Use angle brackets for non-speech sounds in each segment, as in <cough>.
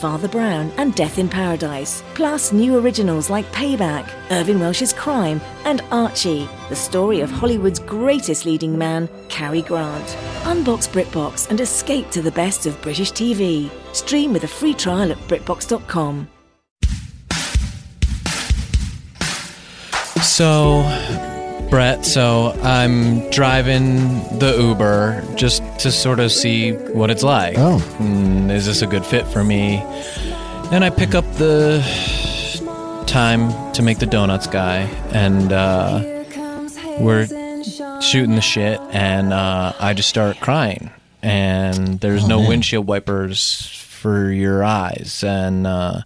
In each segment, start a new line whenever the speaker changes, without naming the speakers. Father Brown, and Death in Paradise, plus new originals like Payback, Irving Welsh's Crime, and Archie, the story of Hollywood's greatest leading man, Cary Grant. Unbox BritBox and escape to the best of British TV. Stream with a free trial at BritBox.com.
So, Brett, so I'm driving the Uber just to sort of see what it's like.
Oh.
Mm, is this a good fit for me? And I pick up the time to make the donuts guy, and uh, we're shooting the shit, and uh, I just start crying. And there's no windshield wipers for your eyes, and uh,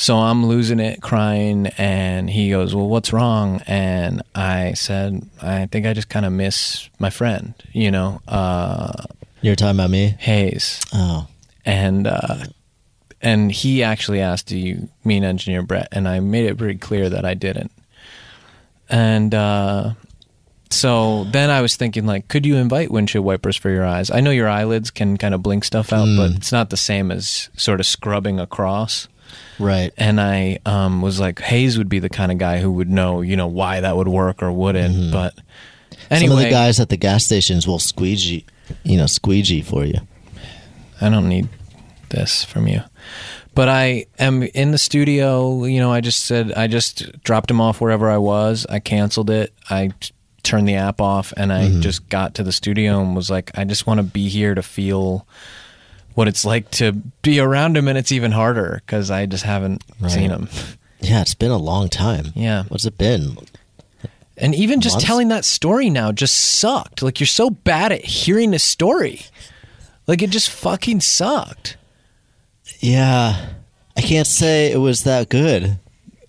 so I'm losing it, crying, and he goes, "Well, what's wrong?" And I said, "I think I just kind of miss my friend, you know, uh,
You're talking about me?
Hayes."
Oh.
and uh, and he actually asked, "Do you mean engineer Brett?" And I made it pretty clear that I didn't. And uh, so then I was thinking, like, could you invite windshield wipers for your eyes? I know your eyelids can kind of blink stuff
Hmm.
out, but it's not the same as sort of scrubbing across.
Right.
And I um, was like, Hayes would be the kind of guy who would know, you know, why that would work or wouldn't. But anyway,
Some Mm-hmm. of the guys at the gas stations will squeegee, you know, squeegee for you.
I don't need this from you. But I am in the studio. You know, I just said, I just dropped him off wherever I was. I canceled it. I t- turned the app off and I just got to the studio and was like, I just want to be here to feel what it's like to be around him. And it's even harder because I just haven't seen him.
Yeah, it's been a long time.
Yeah.
What's it been?
And even just
Months?
telling that story now just sucked. Like you're so bad at hearing a story. Like it just fucking sucked.
Yeah. I can't say it was that good.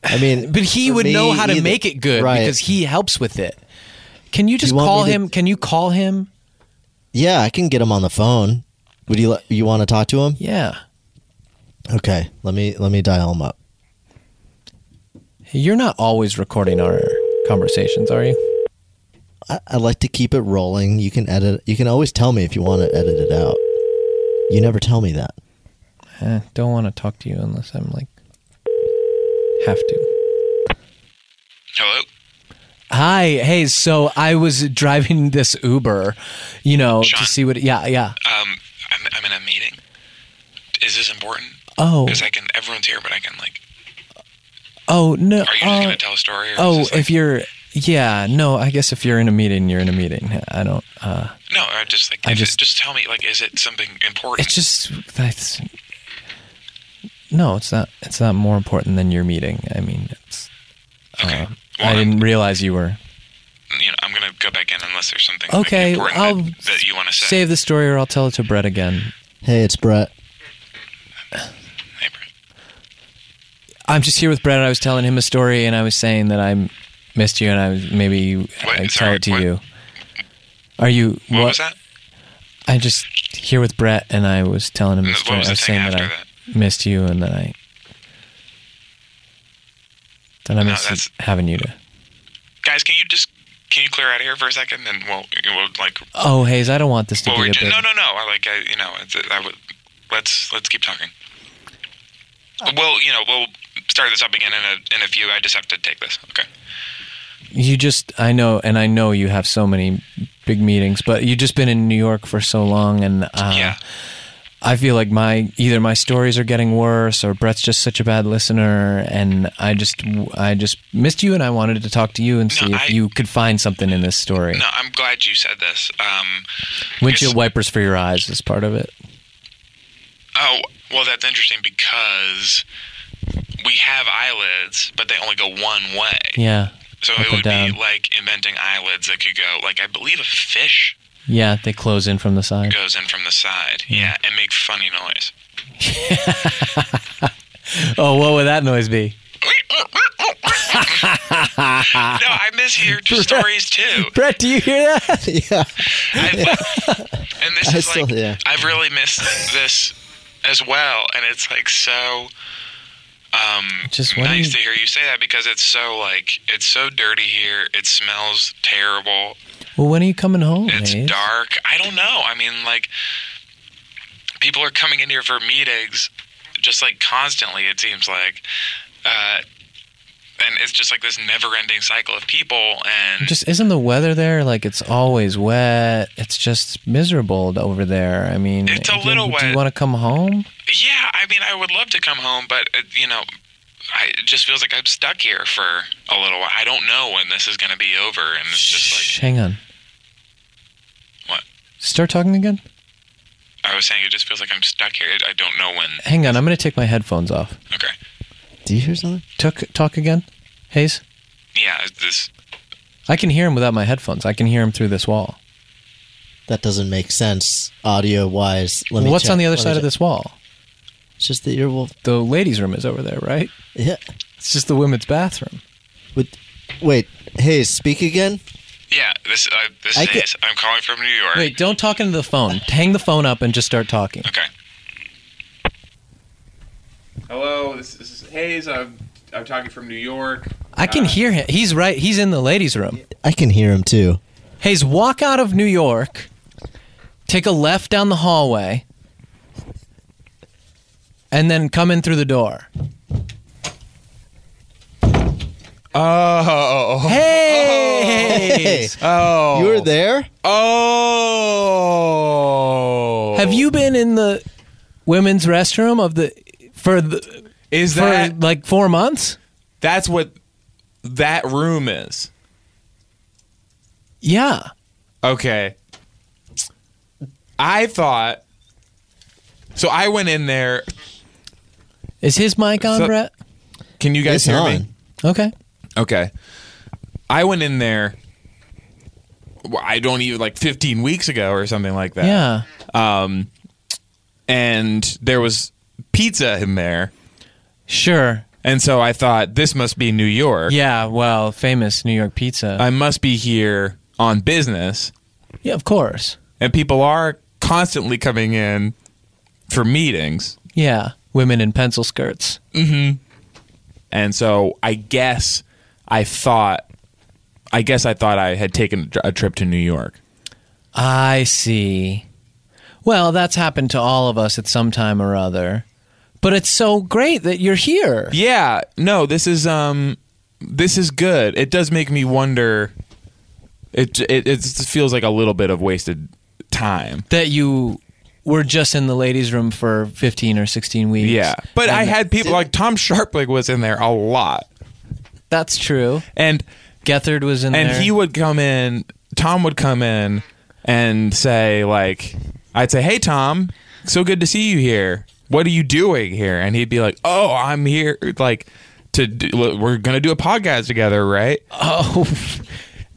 I
<sighs>
mean,
But he
for
would
me
know how to
either.
make it good
Right.
because he helps with it. Can you just
want
call
me to-
him? Can you call him?
Yeah, I can get him on the phone. Would you you want to talk to him?
Yeah.
Okay, let me let me dial him up.
You're not always recording our conversations, are you?
I, I like to keep it rolling. You can edit. You can always tell me if you want to edit it out. You never tell me that.
Eh, don't want to talk to you unless I'm like have to.
Hello.
Hi, hey, so I was driving this Uber, you know,
Sean?
to see what yeah, yeah.
Um, I'm, I'm in a meeting. Is this important?
Oh.
Because I can, everyone's here, but I can like.
Oh, no.
Are you just
uh,
gonna tell a story? Or is
Oh,
this, like-
if you're yeah, no, I guess if you're in a meeting, you're in a meeting. I don't uh
no, I just like.
I
if it-
just-
just, tell me like, is it something important?
it's just that's no, it's not it's not more important than your meeting. I mean, it's
okay.
I
Well,
didn't realize you were.
You know, I'm gonna go back in unless there's something like,
Okay,
important
I'll
that, that you want to say.
save the story or I'll tell it to Brett again.
Hey, it's Brett. <laughs>
Hey, Brett.
I'm just here with Brett. and I was telling him a story and I was saying that I missed you and I was maybe
What?
I tell
Sorry,
it to
what?
you. Are you
What, was that?
I just here with Brett and I was telling him a
Uh, What
story. I
was the
was
thing
saying that I
after
missed you and that I that I
No,
missed
that's-
having you to.
Guys, can you just can you clear out of here for a second? And we'll we'll like.
Oh, Hayes, I don't want this to
Well,
be
we're
a
just,
big.
no, no, no. I like. I, you know, it's, I would. Let's let's keep talking. Well, you know, we'll start this up again in a in a few. I just have to take this. Okay.
You just, I know, and I know you have so many big meetings, but you've just been in New York for so long, and uh,
yeah.
I feel like my either my stories are getting worse, or Brett's just such a bad listener, and I just, I just missed you, and I wanted to talk to you and
No,
see if
I-
you could find something in this story.
No, I'm glad you said this. Um,
Windshield
it's-
wipers for your eyes is part of it.
oh, well, that's interesting because we have eyelids, but they only go one way.
Yeah,
so
up
it
and
would
down.
be like inventing eyelids that could go, like I believe a fish
yeah, they close in from the side.
goes in from the side,
Hmm.
yeah, and make funny noise.
Oh, what would that noise be?
No, I miss your stories too.
Brett, do you hear
<laughs>
that?
yeah.
I, and this
<laughs> I
is
still-
like
yeah.
I've really missed this as well, and it's like so um,
Just why don't
nice
you-
to hear you say that because it's so like it's so dirty here. It smells terrible.
Well, when are you coming home?
It's
Hayes?
dark. I don't know. I mean, like people are coming in here for meetings just like constantly. It seems like. Uh, and it's just like this never-ending cycle of people, and
Just isn't the weather there like it's always wet? It's just miserable over there. I mean,
It's a
do-
little
Do you
wet.
want to come home?
Yeah, I mean, I would love to come home, but uh, you know, I, it just feels like I'm stuck here for a little while. I don't know when this is going to be over, and it's just
Shh, hang on.
What?
Start talking again.
like I was saying, it just feels like I'm stuck here. I don't know when.
Hang on. I'm going to take my headphones off.
Okay,
Do you hear something?
Tuck, talk again, Hayes.
yeah, it's this
I can hear him without my headphones. I can hear him through this wall.
That doesn't make sense audio wise. Let me
What's
check.
on the other
Let me
side of
check.
this wall?
It's just the earwolf.
The ladies' room is over there, right?
Yeah.
It's just the women's bathroom.
With, wait. Hey, speak again.
yeah. This uh, this
I
is.
could-
I'm calling from New York.
Wait, don't talk into the phone. Hang the phone up and just start talking.
Okay.
Hello, this, this is Hayes. I'm, I'm talking from New York.
I can hear him. He's right. He's in the ladies' room.
I can hear him too.
Hayes, walk out of New York, take a left down the hallway, and then come in through the door.
Oh,
Hey!
<laughs> oh,
You were there?
oh.
Have you been in the women's restroom of the for the
Is
for
that
like four months?
that's what that room is?
Yeah.
Okay. I thought. So I went in there.
Is his mic on,
So-
Brett?
Can you guys
It's
hear me?
on.
Okay.
Okay. I went in there. well, I don't even like 15 weeks ago or something like that.
Yeah.
And there was pizza in there.
Sure.
And so I thought this must be New York.
Yeah. Well, famous New York pizza.
I must be here on business.
yeah, of course.
And people are constantly coming in for meetings.
Yeah. Women in pencil skirts.
And so I guess I thought I guess I thought I had taken a trip to New York.
I see. Well, that's happened to all of us at some time or other. But it's so great that you're here.
Yeah, no, this is um this is good. It does make me wonder it it, it feels like a little bit of wasted time.
That you were just in the ladies' room for 15 or 16 weeks.
Yeah. But I
And
had people like Tom Sharpling was in there a lot.
That's true.
And
Gethard was in
and
there.
he would come in tom would come in and say like i'd say hey tom so good to see you here what are you doing here and he'd be like oh i'm here like to do, we're gonna do a podcast together right
Oh,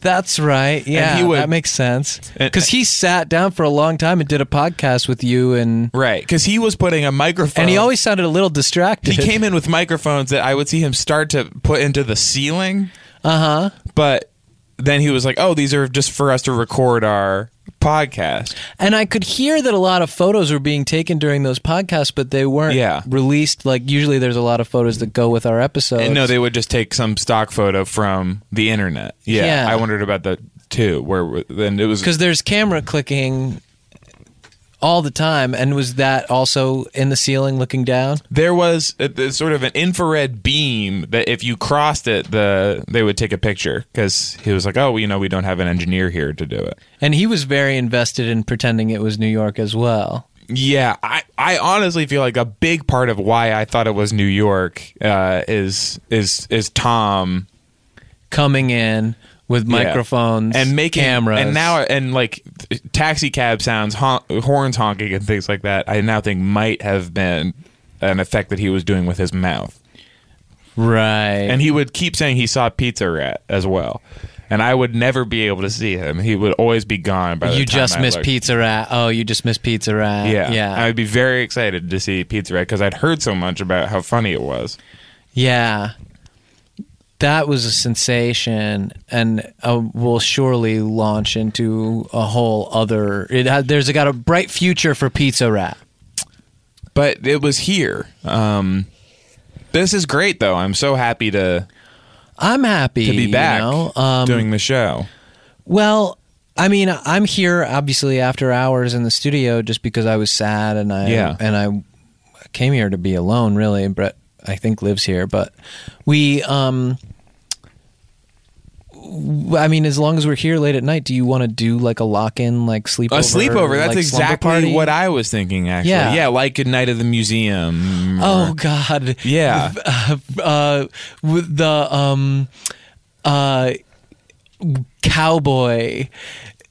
that's right. Yeah,
he would-
that makes sense.
And-
Because he sat down for a long time and did a podcast with you, and
right because he was putting a microphone
and he always sounded a little distracted.
he came in with microphones that i would see him start to put into the ceiling
Uh huh.
but then he was like oh these are just for us to record our podcast
And I could hear that a lot of photos were being taken during those podcasts, but they weren't
Yeah.
released. Like usually, there's a lot of photos that go with our episodes.
And Oh, no, they would just take some stock photo from the internet. Yeah,
Yeah.
I wondered about that too. Where then it was
because there's camera clicking all the time. And was that also in the ceiling looking down?
there was a, a sort of an infrared beam that if you crossed it, the they would take a picture because he was like, oh, well, you know, we don't have an engineer here to do it.
And he was very invested in pretending it was New York as well.
Yeah, I, I honestly feel like a big part of why I thought it was New York uh, is is is Tom
coming in with
Yeah.
microphones
and making
cameras
and now and like taxi cab sounds hon- horns honking and things like that i now think might have been an effect that he was doing with his mouth
right
and he would keep saying he saw pizza rat as well and i would never be able to see him he would always be gone by the
you
time
just
I
missed
looked.
pizza rat oh you just missed pizza rat
yeah
yeah
i'd be very excited to see pizza rat because i'd heard so much about how funny it was
yeah that was a sensation and uh, will surely launch into a whole other. It ha- there's got a bright future for Pizza Rat.
but it was here. Um, this is great, though. I'm so happy to
I'm happy
to be back
You know? um,
doing the show.
Well, I mean, I'm here obviously after hours in the studio just because I was sad and I
Yeah.
and I came here to be alone really. Brett I think lives here, but we um w- I mean, as long as we're here late at night, do you want to do like a lock in, like sleepover?
A sleepover. That's
like, slumber
exactly
party?
what I was thinking. Actually,
Yeah.
yeah, like a night of the museum.
Oh God!
Yeah.
<laughs> uh, with the um, uh, cowboy,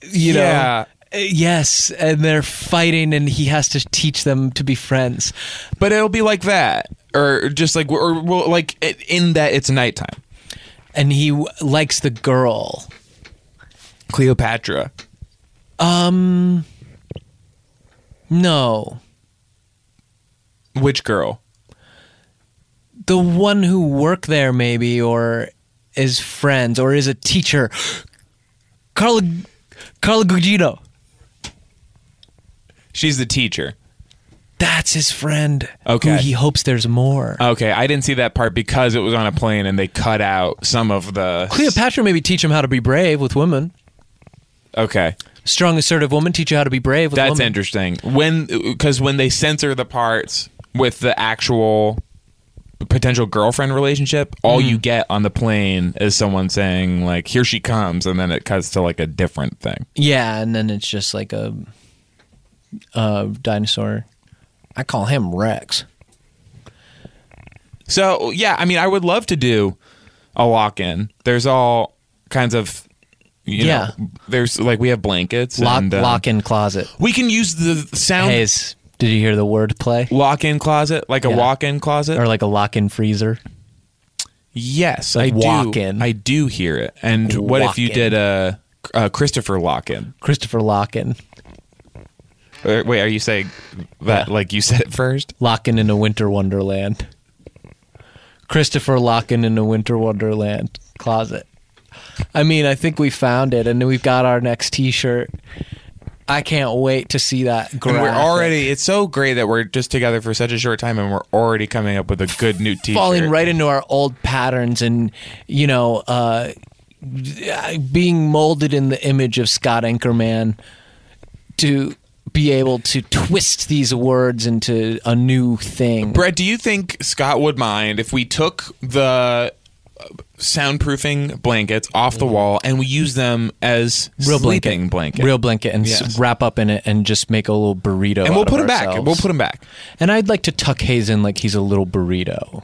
you
Yeah.
know. Uh, Yes, and they're fighting, and he has to teach them to be friends.
but it'll be like that, or just like, or well, like it- in that it's nighttime.
And he w- likes the girl.
Cleopatra.
Um, no,
Which girl?
the one who work there maybe, or is friends, or is a teacher. Carla, Carla Gugino.
She's the teacher.
That's his friend.
Okay. Uh,
Who he hopes there's more.
Okay, I didn't see that part because it was on a plane and they cut out some of the
Cleopatra maybe teach him how to be brave with women.
Okay,
Strong, assertive woman teach you how to be brave with
that's
women.
interesting. When because when they censor the parts with the actual potential girlfriend relationship, all you
Mm.
get on the plane is someone saying like "Here she comes," and then it cuts to like a different thing.
Yeah, and then it's just like a, a dinosaur. I call him Rex.
So yeah, I mean, I would love to do a lock-in. There's all kinds of you
Yeah.
know, there's like we have blankets
Lock,
and, uh,
lock in closet.
We can use the
Oh.
sound
Hayes, did you hear the word play?
lock-in closet, like
Yeah.
a walk-in closet.
Or like a lock in freezer?
yes, I
like
do.
walk-in.
I do hear it. And what if you
Walk-in.
did a, a Christopher lock-in?
Christopher Locken.
Or, Uh, wait, are you saying that like you said it first?
Locken in a winter wonderland. Christopher Locken in a winter wonderland closet. I mean, I think we found it, and we've got our next T-shirt. I can't wait to see that.
And
Graphic.
we're already. It's so great that we're just together for such a short time, and we're already coming up with a good new T-shirt.
falling right into our old patterns, and you know, uh, being molded in the image of Scott Anchorman to be able to twist these words into a new thing.
Brett, do you think Scott would mind if we took the uh, soundproofing blankets off the wall and we use them as
real
sleeping
blanket, real blanket, and s
Yes.
wrap up in it, and just make a little burrito.
and we'll
out of
put them back.
ourselves.
We'll put them back.
And I'd like to tuck Hayes in like he's a little burrito.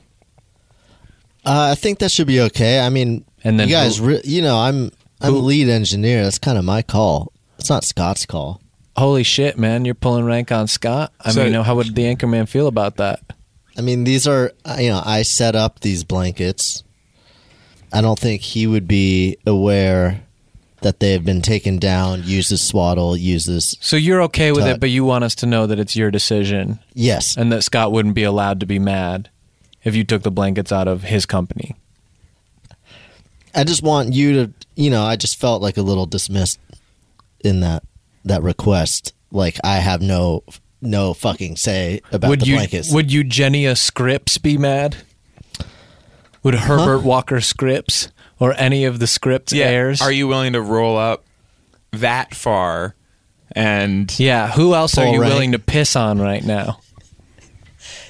Uh, I think that should be okay. I mean,
And then
you guys,
who-
re- you know, I'm I'm lead engineer. That's kind of my call. It's not Scott's call.
Holy shit, man! You're pulling rank on Scott. I
So-
mean, you know, how would the anchorman feel about that?
I mean, these are uh, you know, I set up these blankets. I don't think he would be aware that they have been taken down. Used as swaddle. Used as
So you're okay with it,
Tuck.
but you want us to know that it's your decision
yes.
and that Scott wouldn't be allowed to be mad if you took the blankets out of his company.
I just want you to, you know, I just felt like a little dismissed in that that request. Like I have no no fucking say about
would
the
you?
blankets.
Would Eugenia Scripps be mad? Would Herbert Walker Scripps or any of the Scripps heirs?
Are you willing to roll up that far? And
Yeah, who else are
Paul
you
Rank.
willing to piss on right now?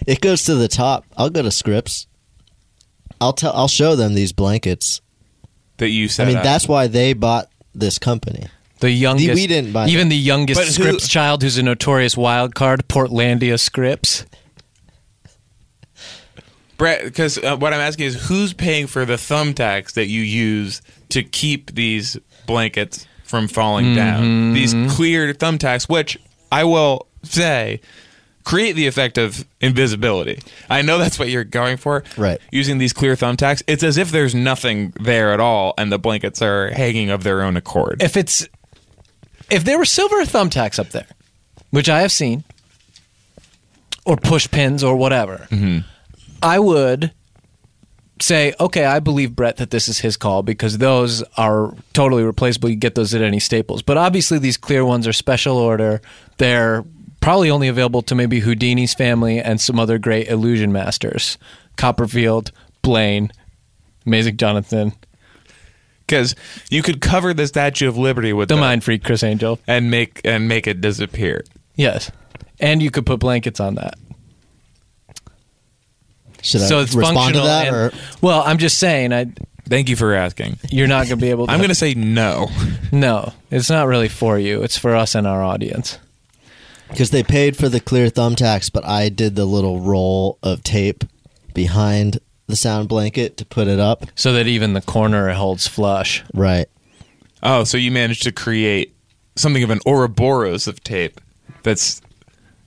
it goes to the top. I'll go to Scripps. I'll tell. I'll show them these blankets.
that you
I
said.
mean, that's why they bought this company.
The youngest,
we didn't buy
even the youngest
But who-
Scripps child, who's a notorious wild card, Portlandia Scripps.
Brett. Because uh, what I'm asking is, who's paying for the thumbtacks that you use to keep these blankets from falling
Mm-hmm.
down? These clear thumbtacks, which I will say. Create the effect of invisibility. I know that's what you're going for.
Right.
Using these clear thumbtacks, it's as if there's nothing there at all, and the blankets are hanging of their own accord.
If it's, if there were silver thumbtacks up there, which I have seen, or push pins or whatever, I would say, okay, I believe Brett that this is his call because those are totally replaceable. You get those at any Staples. But obviously, these clear ones are special order. They're probably only available to maybe Houdini's family and some other great illusion masters Copperfield, Blaine, Amazing Jonathan,
because you could cover the Statue of Liberty with
the
that
Mind Freak, Chris Angel.
and make and make it disappear.
Yes. And you could put blankets on that.
Should
so
I
it's
respond to
functional.
that,
and-
or
well, I'm just saying, I,
Thank you for asking.
you're not going to be
<laughs>
able to.
I'm going to say no.
No, it's not really for you. It's for us and our audience.
because they paid for the clear thumbtacks, but I did the little roll of tape behind the sound blanket to put it up.
So that even the corner holds flush.
Right.
Oh, so you managed to create something of an Ouroboros of tape that's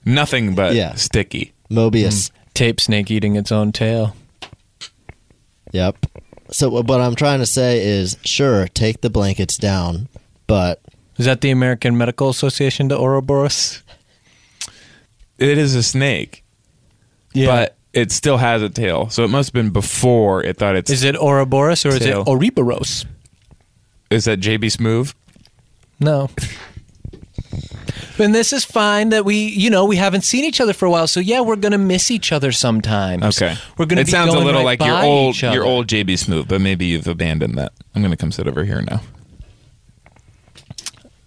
nothing but
Yeah.
sticky.
Mobius.
Tape snake eating its own tail.
Yep. So wh- what I'm trying to say is, sure, take the blankets down, but
Is that the American Medical Association to Ouroboros?
It is a snake, but it still has a tail. So it must have been before it thought it's.
Is it Ouroboros or is
Tail.
it Ouroboros?
is that JB Smoove?
No. And this is fine that we, you know, we haven't seen each other for a while. So yeah, we're gonna miss each other sometimes.
Okay,
we're gonna.
It
be
sounds
going
a little
right
like your
by
old
each other.
your old JB Smoove, but maybe you've abandoned that. I'm gonna come sit over here now.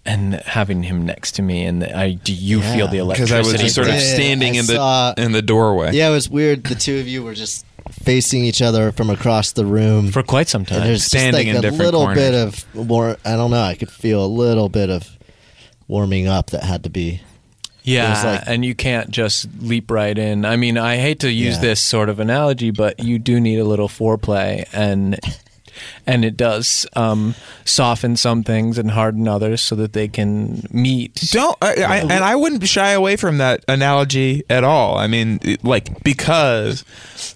and having him next to me. And I do you
Yeah.
feel the
because I
electricity?
was just sort of
Yeah,
standing
I
in the
saw-
in the doorway.
yeah, it was weird. The two of you were just facing each other from across the room.
for quite some time.
and there's
uh, standing in
just like
different
a little
corners.
bit of war. I don't know. I could feel a little bit of warming up that had to be.
Yeah,
There's, like-
and you can't just leap right in. I mean, I hate to use
Yeah.
this sort of analogy, but you do need a little foreplay, and and it does um, soften some things and harden others so that they can meet.
Don't I, I, and I wouldn't shy away from that analogy at all. I mean, it- like because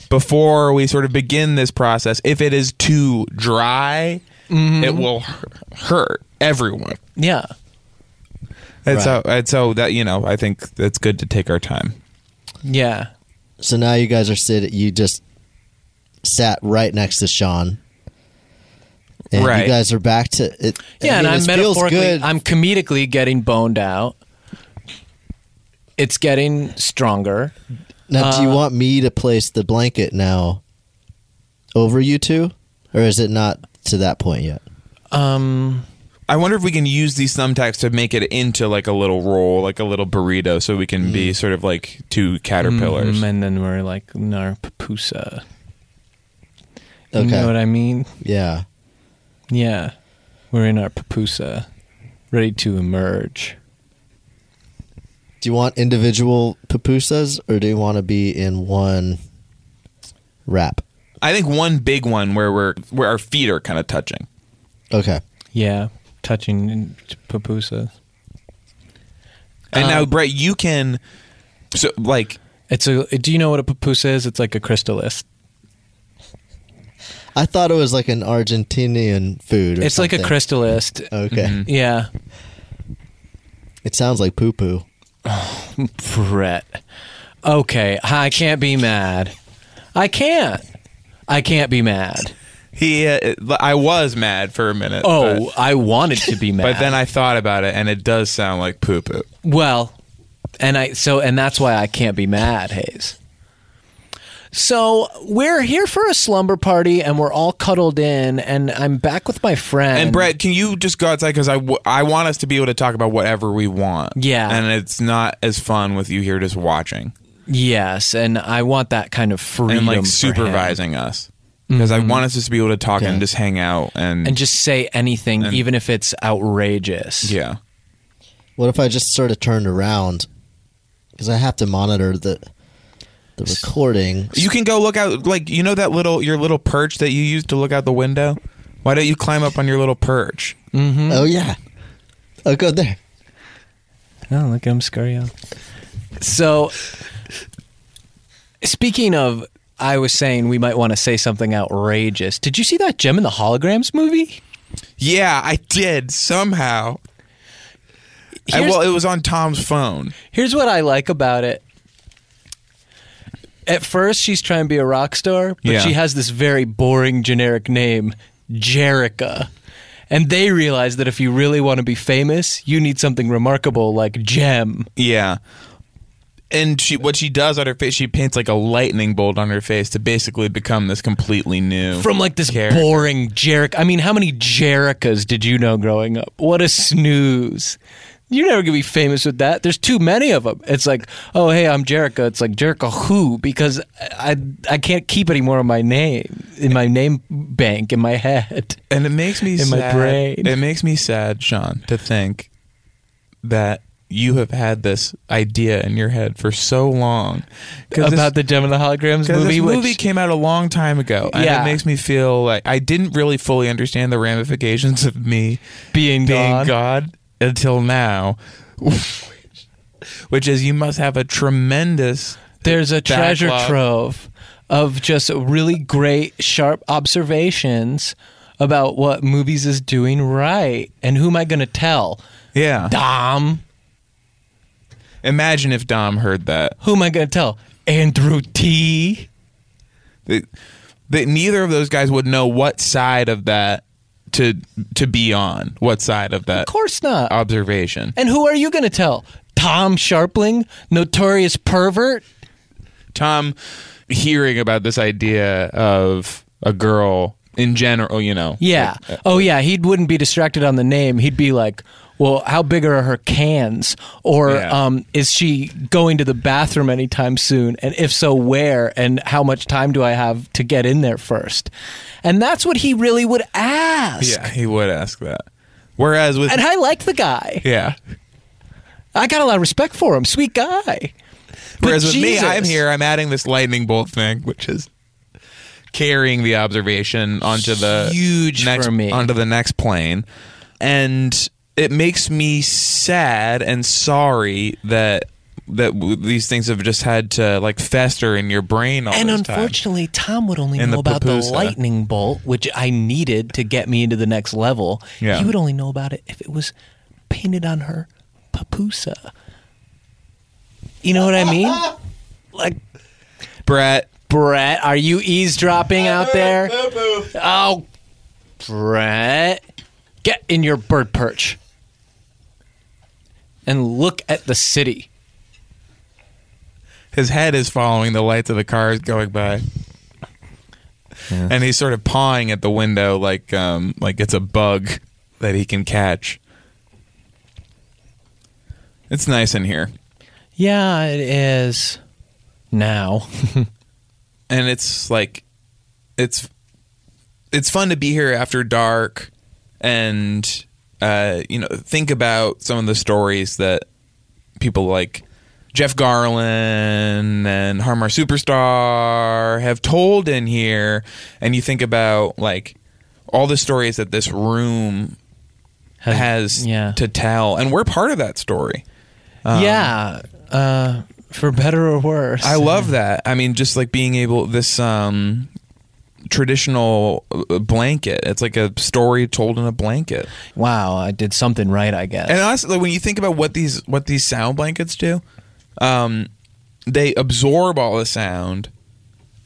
before we sort of begin this process, if it is too dry, it will hu- hurt everyone.
Yeah,
And
Right.
so and so that you know, I think it's good to take our time.
yeah.
So now you guys are sitting. You just sat right next to Sean. And
Right.
You guys are back to it.
Yeah,
I
and
mean,
I'm
it feels
metaphorically,
good.
I'm comedically getting boned out. It's getting stronger.
Now,
Uh,
do you want me to place the blanket now over you two, or is it not to that point yet?
Um,
I wonder if we can use these thumbtacks to make it into like a little roll, like a little burrito, so we can be sort of like two caterpillars.
mm, and then we're like in our pupusa. You
Okay.
know what I mean?
Yeah.
Yeah. We're in our pupusa, ready to emerge.
Do you want individual pupusas, or do you want to be in one wrap?
I think one big one where we're where our feet are kind of touching.
Okay.
Yeah, touching in- t- pupusa.
And now,
Um,
Brett, you can so like
It's a. Do you know what a pupusa is? It's like a chrysalis.
I thought it was like an Argentinian food. Or
It's like a Mm-hmm.
something. Oh.
chrysalis.
Okay.
Yeah,
It sounds like poo poo.
Brett. Okay, I can't be mad. I can't. I can't be mad.
he, uh, I was mad for a minute.
Oh,
but,
I wanted to be mad.
but then I thought about it, and it does sound like poo poo.
Well, and I so and that's why I can't be mad, Hayes. So we're here for a slumber party, and we're all cuddled in, and I'm back with my friend.
And, Brett, can you just go outside because I, w- I want us to be able to talk about whatever we want.
Yeah.
and it's not as fun with you here just watching
yes, and I want that kind of freedom
and
for
like
him. Mm-hmm.
supervising us because I want us just to be able to talk and
Okay.
just hang out and,
and just say anything, even if it's outrageous.
yeah.
What if I just sort of turned around? Because I have to monitor the the recording.
You can go look out, like you know that little your little perch that you use to look out the window. Why don't you climb up on your little perch?
Oh yeah. Oh, go there.
Oh, look at him scurry off. So, speaking of, I was saying we might want to say something outrageous. Did you see that Gem and the Holograms movie?
Yeah, I did somehow. I,
Here's-
well, it was on Tom's phone.
Here's what I like about it. at first she's trying to be a rock star, but
Yeah.
she has this very boring generic name, Jerica. And they realize that if you really want to be famous, you need something remarkable like Gem.
Yeah. And she, what she does on her face, she paints like a lightning bolt on her face to basically become this completely new.
From like this
Character.
boring Jerica. I mean, how many Jericas did you know growing up? What a snooze. You're never going to be famous with that. There's too many of them. It's like, oh, hey, I'm Jerica. It's like, Jerica who? Because I, I can't keep any more of my name in my name bank in my head.
and it makes me
In my
sad.
brain.
It makes me sad, Sean, to think that you have had this idea in your head for so long <laughs> 'Cause this-
about the Gem and the Holograms
'cause
movie.
This
which-
movie came out a long time ago, and
Yeah.
it makes me feel like I didn't really fully understand the ramifications of me
being,
being
gone.
God until now, which is you must have a tremendous.
There's a treasure
backlog.
trove of just really great, sharp observations about what movies is doing right and who am I going to tell?
Yeah.
Dom.
Imagine if Dom heard that.
Who am I going to tell? Andrew T.
That that neither of those guys would know what side of that to to be on. What side of that
Of course not.
uh, observation?
and who are you going to tell? Tom Sharpling, notorious pervert.
Tom hearing about this idea of a girl in general, you know.
Yeah.
uh,
oh yeah, he wouldn't be distracted on the name. He'd be like, "Well, how big are her cans?" Or
Yeah.
um, "Is she going to the bathroom anytime soon?" And if so, where? And how much time do I have to get in there first? And that's what he really would ask.
Yeah, he would ask that. Whereas with
And I liked the guy.
yeah.
I got a lot of respect for him. Sweet guy.
Whereas with
Jesus.
me, I'm here. I'm adding this lightning bolt thing, which is carrying the observation onto the
Huge
next,
for me.
onto the next plane, and it makes me sad and sorry that that w- these things have just had to like fester in your brain all
And
this time.
unfortunately, Tom would only
And
know
the uh,
about the
pupusa.
lightning bolt, which I needed to get me into the next level.
Yeah.
He would only know about it if it was painted on her papusa. You know what I
<laughs>
mean? like,
Brett,
Brett, are you eavesdropping out there? Oh, Brett, get in your bird perch and look at the city.
his head is following the lights of the cars going by. And he's sort of pawing at the window like um like it's a bug that he can catch. It's nice in here.
Yeah, it is now.
And it's like it's it's fun to be here after dark and uh you know think about some of the stories that people like Jeff Garland and Harmar Superstar have told in here, and you think about like all the stories that this room
Has-
has
yeah.
to tell, and we're part of that story.
yeah, uh, for better or worse.
Um, I love that. I mean, just like being able this um, traditional uh, blanket. It's like a story told in a blanket.
wow, I did something right, I guess.
And honestly, when you think about what these what these sound blankets do, um, they absorb all the sound,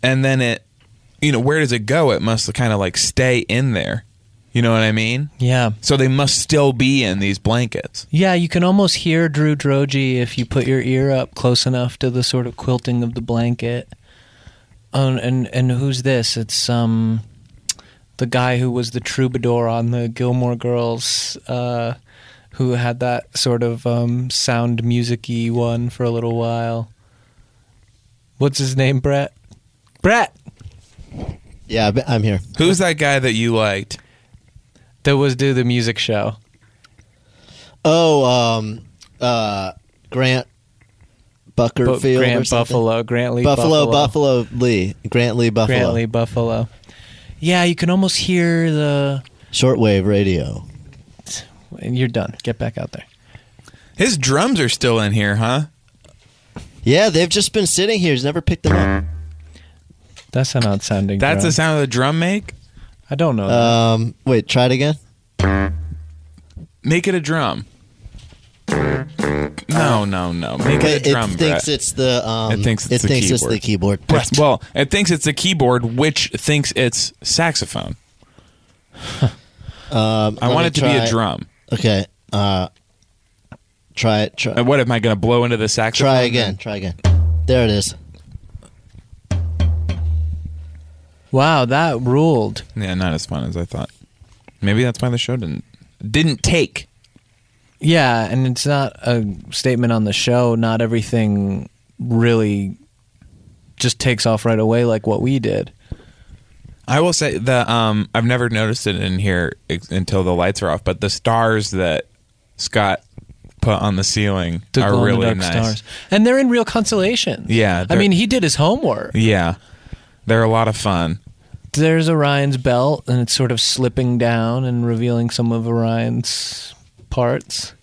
and then it, you know, where does it go? It must kind of like stay in there. You know what I mean?
yeah,
So they must still be in these blankets.
yeah, you can almost hear Drew Drogi if you put your ear up close enough to the sort of quilting of the blanket. Um, and and who's this? It's um, the guy who was the troubadour on the Gilmore Girls, uh, who had that sort of um, sound musicy one for a little while. What's his name, Brett? Brett.
Yeah, I- I'm here.
Who's that guy that you liked?
That was do the music show.
Oh, um, uh, Grant
Bu-
Buckerfield. or
Grant
something.
Buffalo, Grant Lee
Buffalo,
Buffalo,
Buffalo Lee. Grant Lee Buffalo.
Grant Lee Buffalo. Yeah, you can almost hear the.
Shortwave radio.
And you're done. Get back out there.
His drums are still in here, huh?
Yeah, they've just been sitting here. He's never picked them
That's an odd sounding.
That's
drum.
the sound of the drum make.
I don't know.
up. Um, wait, try it again.
Make it a drum. No, no, no. Make
It,
it a drum.
it thinks
Brett.
it's the um,
It thinks it's the
thinks it's the keyboard.
Brett. Well, it thinks it's a keyboard, which thinks it's
<laughs>
saxophone.
Um,
I
let
want
me
it to be a
try-
drum.
Okay. Uh, try it. Try,
And Uh, what am I going to blow into the saxophone?
try again. Try again. There it is.
Wow, that ruled.
Yeah, not as fun as I thought. Maybe that's why the show didn't didn't take.
Yeah, and it's not a statement on the show. Not everything really just takes off right away like what we did.
I will say the um I've never noticed it in here ex- until the lights are off, but the stars that Scott put on the ceiling
The
are
glow-in-the-dark
really nice.
And they're in real constellations.
Yeah,
I
they're-
mean, he did his homework.
Yeah. They're a lot of fun.
There's Orion's belt, and it's sort of slipping down and revealing some of Orion's parts.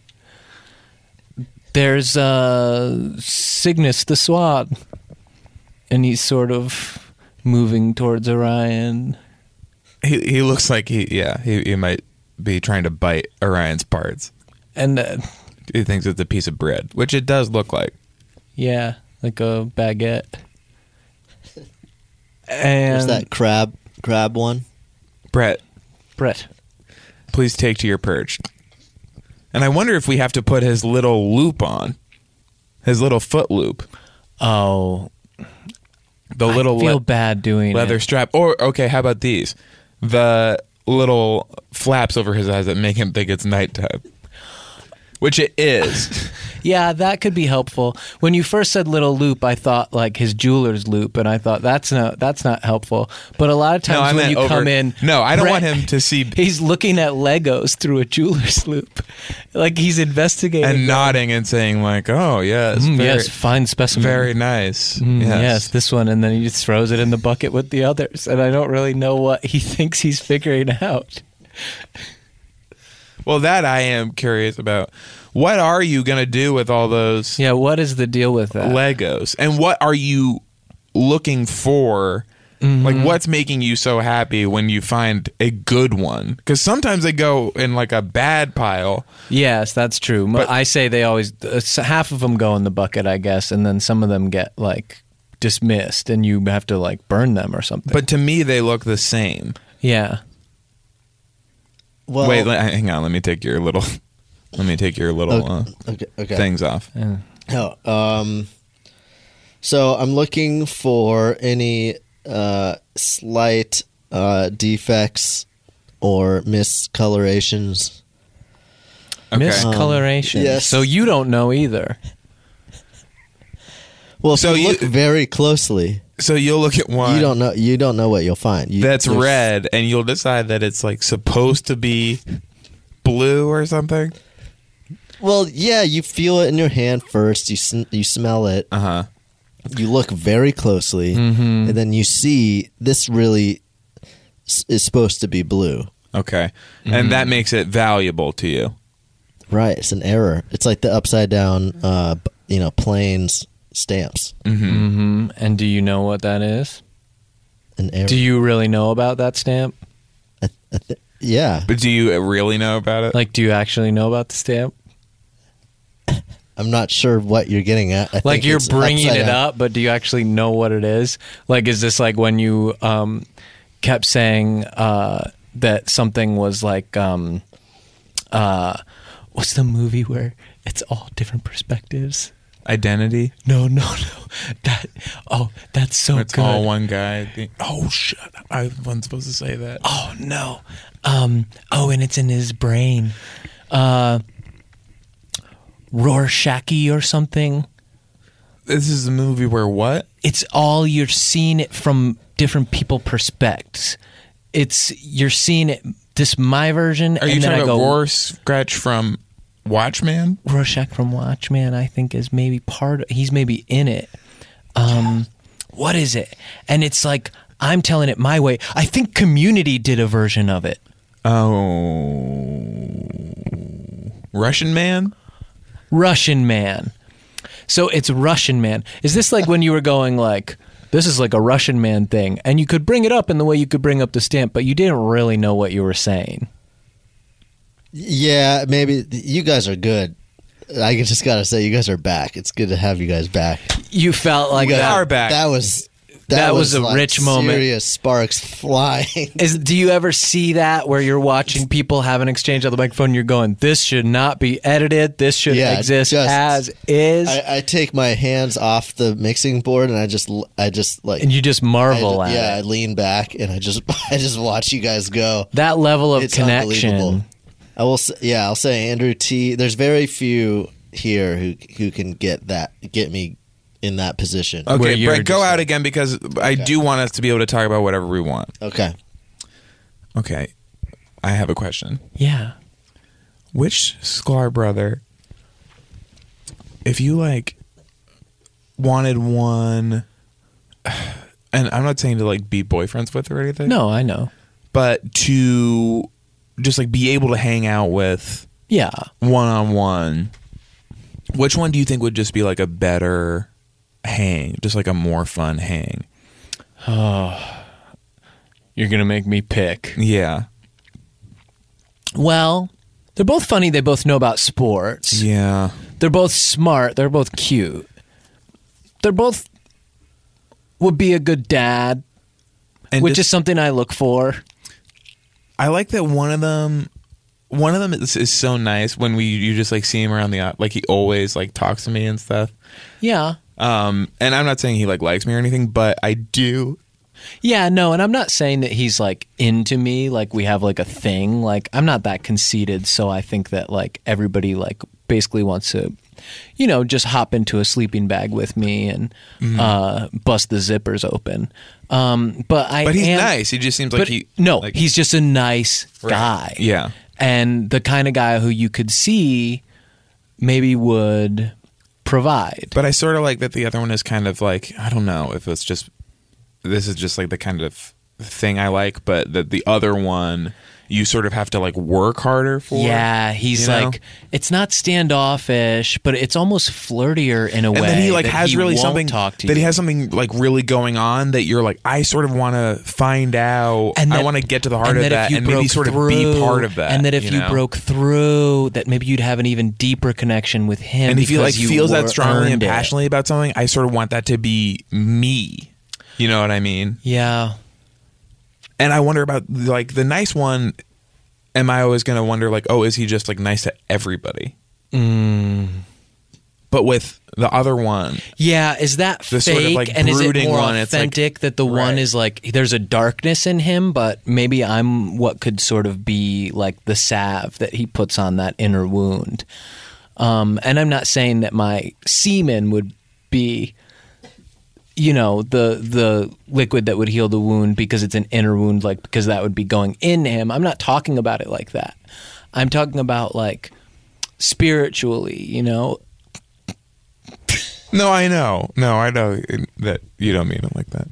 There's uh, Cygnus the Swat, and he's sort of moving towards Orion.
He he looks like he yeah, he, he might be trying to bite Orion's parts.
And uh,
He thinks it's a piece of bread, which it does look like.
yeah, like a baguette. And
There's that crab crab one.
Brett,
Brett.
please take to your perch. And I wonder if we have to put his little loop on. His little foot loop.
Oh,
The little
feel
le-
bad doing
leather
it.
strap. Or okay, how about these? The little flaps over his eyes that make him think it's nighttime. Which it
<laughs>
is.
Yeah, that could be helpful. When you first said little loop, I thought like his jeweler's loop, and I thought that's not that's not helpful. But a lot of
No, I
times when
meant
you
over-
come in,
No, I don't
Brett-
want him to see
<laughs> He's looking at Legos through a jeweler's <laughs> loop, like he's investigating.
and
them.
nodding and saying like, "Oh yes,
Mm,
very,
yes, fine specimen.
very nice."
Mm,
yes.
yes. this one, and then he just throws it in the bucket with the others, and I don't really know what he <laughs> thinks he's figuring out.
Well, that I am curious about. What are you gonna do with all those
Yeah, what is the deal with that?
Legos. And what are you looking for?
Mm-hmm.
Like, what's making you so happy when you find a good one? Because sometimes they go in like a bad pile.
Yes, that's true. Mo-
But-
I say they always uh, s- half of them go in the bucket, I guess, and then some of them get like dismissed, and you have to like burn them or something.
But to me, they look the same.
yeah,
Well,
Wait, let, hang on. Let me take your little. <laughs> Let me take your little uh,
okay, okay.
things off.
No, um, so I'm looking for any uh, slight uh, defects or miscolorations.
Okay.
miscoloration.
Um, yes.
So you don't know either.
Well, if
So
you
you-
look very closely,
so you'll look at one
you don't know you don't know what you'll find. You,
that's
there's-
red, and you'll decide that it's like supposed to be blue or something.
Well, yeah, you feel it in your hand first. You sn- you smell it.
Uh huh.
you look very closely
Mm-hmm.
and then you see this really s- is supposed to be blue
Okay, and that makes it valuable to you.
right it's an error it's like the upside down uh b- you know planes stamps
Mm-hmm. And do you know what that is?
an error
Do you really know about that stamp?
yeah
But do you really know about it?
Like, do you actually know about the stamp?
i'm not sure what you're getting at I
Like
think
you're
it's
bringing
upside
it
down.
up, but do you actually know what it is? Like, is this like when you um, kept saying uh, that something was like, um, uh, what's the movie where it's all different perspectives?
Identity.
No, no, <laughs> no. That oh, that's so
It's
good.
all one guy. Thing. Oh shit! I wasn't supposed to say that.
oh no. Um, oh, and it's in his brain. Uh, Rorschachy or something.
This is a movie where what?
it's all you're seeing it from different people perspectives. It's you're seeing it. This my version,
Are
and
you
then
talking
I
about
go
Roar Scratch from Watchman?
Rorschach from Watchmen. I think is maybe part. Of, he's maybe in it. Um, what is it? And it's like I'm telling it my way. I think Community did a version of it.
Oh, Russian man.
Russian man. So it's Russian man. Is this like when you were going like this is like a Russian man thing and you could bring it up in the way you could bring up the stamp but you didn't really know what you were saying.
yeah maybe you guys are good I just gotta say, you guys are back. It's good to have you guys back.
You felt like
You guys
that.
are back.
That was that,
That was a
like
rich moment.
Serious sparks flying.
Is do you ever see that where you're watching people have an exchange on the microphone? and You're going, this should not be edited. This should
Yeah,
exist
just-
as <laughs> is,
I, I take my hands off the mixing board and I just I just like
and you just
I,
marvel at
yeah
it.
I lean back and I just <laughs> I just watch you guys go.
That level of
it's
connection.
unbelievable. I will. Say, yeah, I'll say Andrew T. There's very few here who who can get that get me in that position.
Where
Okay,
you're
Brett, go
just
out
like-
again because I do want us to be able to talk about whatever we want.
Okay.
Okay, I have a question.
Yeah.
Which Sklar brother, if you like, wanted one, <sighs> and I'm not saying to like be boyfriends with or anything,
No, I know.
but to just like be able to hang out with
Yeah.
one on one, which one do you think would just be like a better hang, just like a more fun hang?
You're gonna make me pick.
Yeah,
Well, they're both funny. They both know about sports.
yeah.
They're both smart. They're both cute. They're both would be a good dad,
And
which
just-
is something I look for.
I like that one of them. One of them is, is so nice when we you just like see him around the like he always like talks to me and stuff.
Yeah.
Um, and I'm not saying he like likes me or anything, but I do.
Yeah, no, and I'm not saying that he's like into me, like we have like a thing. Like I'm not that conceited, so I think that like everybody like basically wants to you know, just hop into a sleeping bag with me and
Mm-hmm.
uh bust the zippers open. Um but I
But he's
am-
nice. He just seems like
but
he
no,
like,
he's just a nice guy.
Yeah.
And the kind of guy who you could see maybe would provide.
But I sort of like that the other one is kind of like I don't know if it's just this is just like the kind of thing I like, but that the other one you sort of have to like work harder for.
Yeah, he's
you know?
like it's not standoffish, but it's almost flirtier in a way.
and then he like
that
has really
won't
something
talk to
that he
you.
has something like really going on that you're like I sort of want to find out
And
I
that-
want to get to the heart
and
of
that if
that
you
and maybe
broke
sort of
through-
be part of that
and that if you,
know?
broke through, that maybe you'd have an even deeper connection with him.
and if he like
because you
feels
were-
that strongly and
earned it.
passionately about something I sort of want that to be me you know what I mean
yeah,
and I wonder about like the nice one am I always going to wonder like oh is he just like nice to everybody
Mm.
but with the other one
yeah, is that
The
fake?
sort of, like,
and is it
brooding
more
one, it's like-
authentic that the one
Right.
is like there's a darkness in him, but maybe I'm what could sort of be like the salve that he puts on that inner wound. Um, and I'm not saying that my semen would be, you know, the the liquid that would heal the wound because it's an inner wound, like because that would be going in him. I'm not talking about it like that. I'm talking about like spiritually, you know.
no I know no I know that you don't mean it like that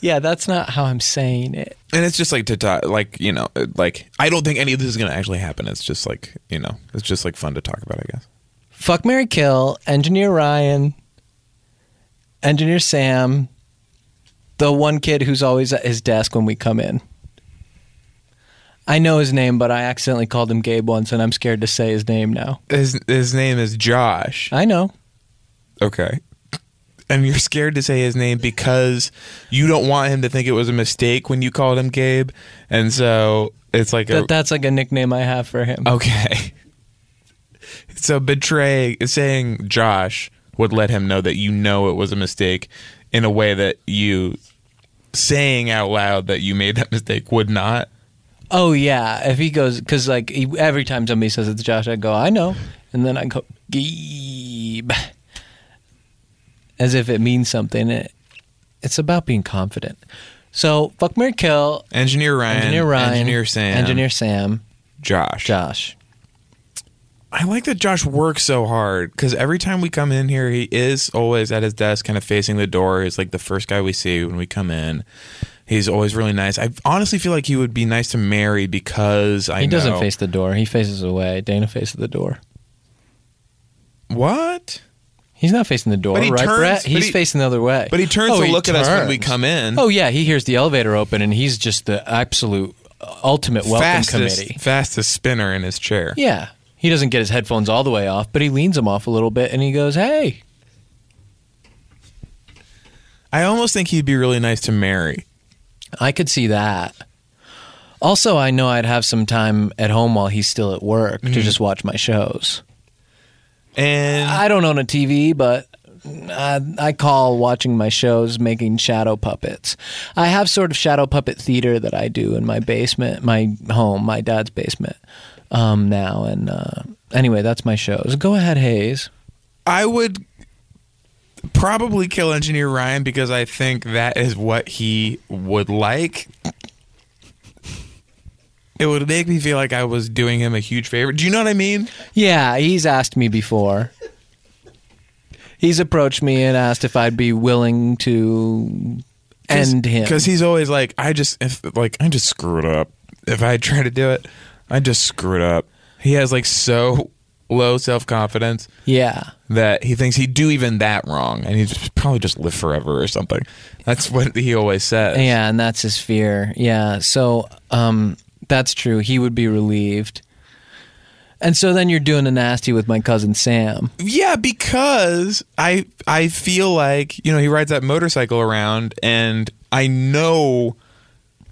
Yeah, that's not how I'm saying it.
and it's just like to talk like you know uh, like i don't think any of this is going to actually happen it's just like you know it's just like fun to talk about i guess
Fuck Mary Kill, Engineer Ryan, Engineer Sam, the one kid who's always at his desk when we come in. I know his name, but I accidentally called him Gabe once and I'm scared to say his name now.
his, his name is josh
I know.
Uh, okay and you're scared to say his name because you don't want him to think it was a mistake when you called him gabe and so it's like a,
That that's like a nickname I have for him.
Oh. okay <laughs> so betray saying josh would let him know that you know it was a mistake in a way that you saying out loud that you made that mistake would not
Oh yeah, if he goes cuz like he, every time somebody says it's Josh I go, I know. And then I go Gabe. As if it means something. It, it's about being confident. So, fuck Mary Kill,
Engineer Ryan,
Engineer Ryan,
Engineer Sam,
Engineer Sam,
Josh.
Josh.
I like that Josh works so hard because every time we come in here, he is always at his desk, kind of facing the door. He's like the first guy we see when we come in. He's always really nice. I honestly feel like he would be nice to Mary because I
He doesn't
know-
face the door. He faces away. Dana faces the door.
what,
He's not facing the door,
But he
right,
turns-
Brett?
but
He's
he-
facing the other way.
but he turns
Oh,
to look at us when we
turns.
come in.
Oh yeah, he hears the elevator open, and he's just the absolute uh, ultimate welcome
fastest,
committee.
fastest spinner in his chair.
Yeah, He doesn't get his headphones all the way off, but he leans them off a little bit and he goes, "Hey."
I almost think he'd be really nice to Mary.
I could see that. Also, I know I'd have some time at home while he's still at work
Mm-hmm.
to just watch my shows.
And
I don't own a TV, but I, I call watching my shows making shadow puppets. I have sort of shadow puppet theater that I do in my basement, my home, my dad's basement um, now. And uh, anyway, that's my shows. Go ahead, Hayes.
I would probably kill Engineer Ryan because I think that is what he would like. It would make me feel like I was doing him a huge favor. Do you know what I mean?
Yeah, he's asked me before. He's approached me and asked if I'd be willing to end him.
because he's always like, I just if like I just screwed up. If I try to do it, I just screwed up. He has like so low self confidence
yeah.
that he thinks he'd do even that wrong, and he'd just- probably just live forever or something. That's what he always says.
Yeah, and that's his fear. Yeah. So um that's true. He would be relieved. And so then you're doing a nasty with my cousin Sam.
Yeah, because I I feel like you know he rides that motorcycle around, and I know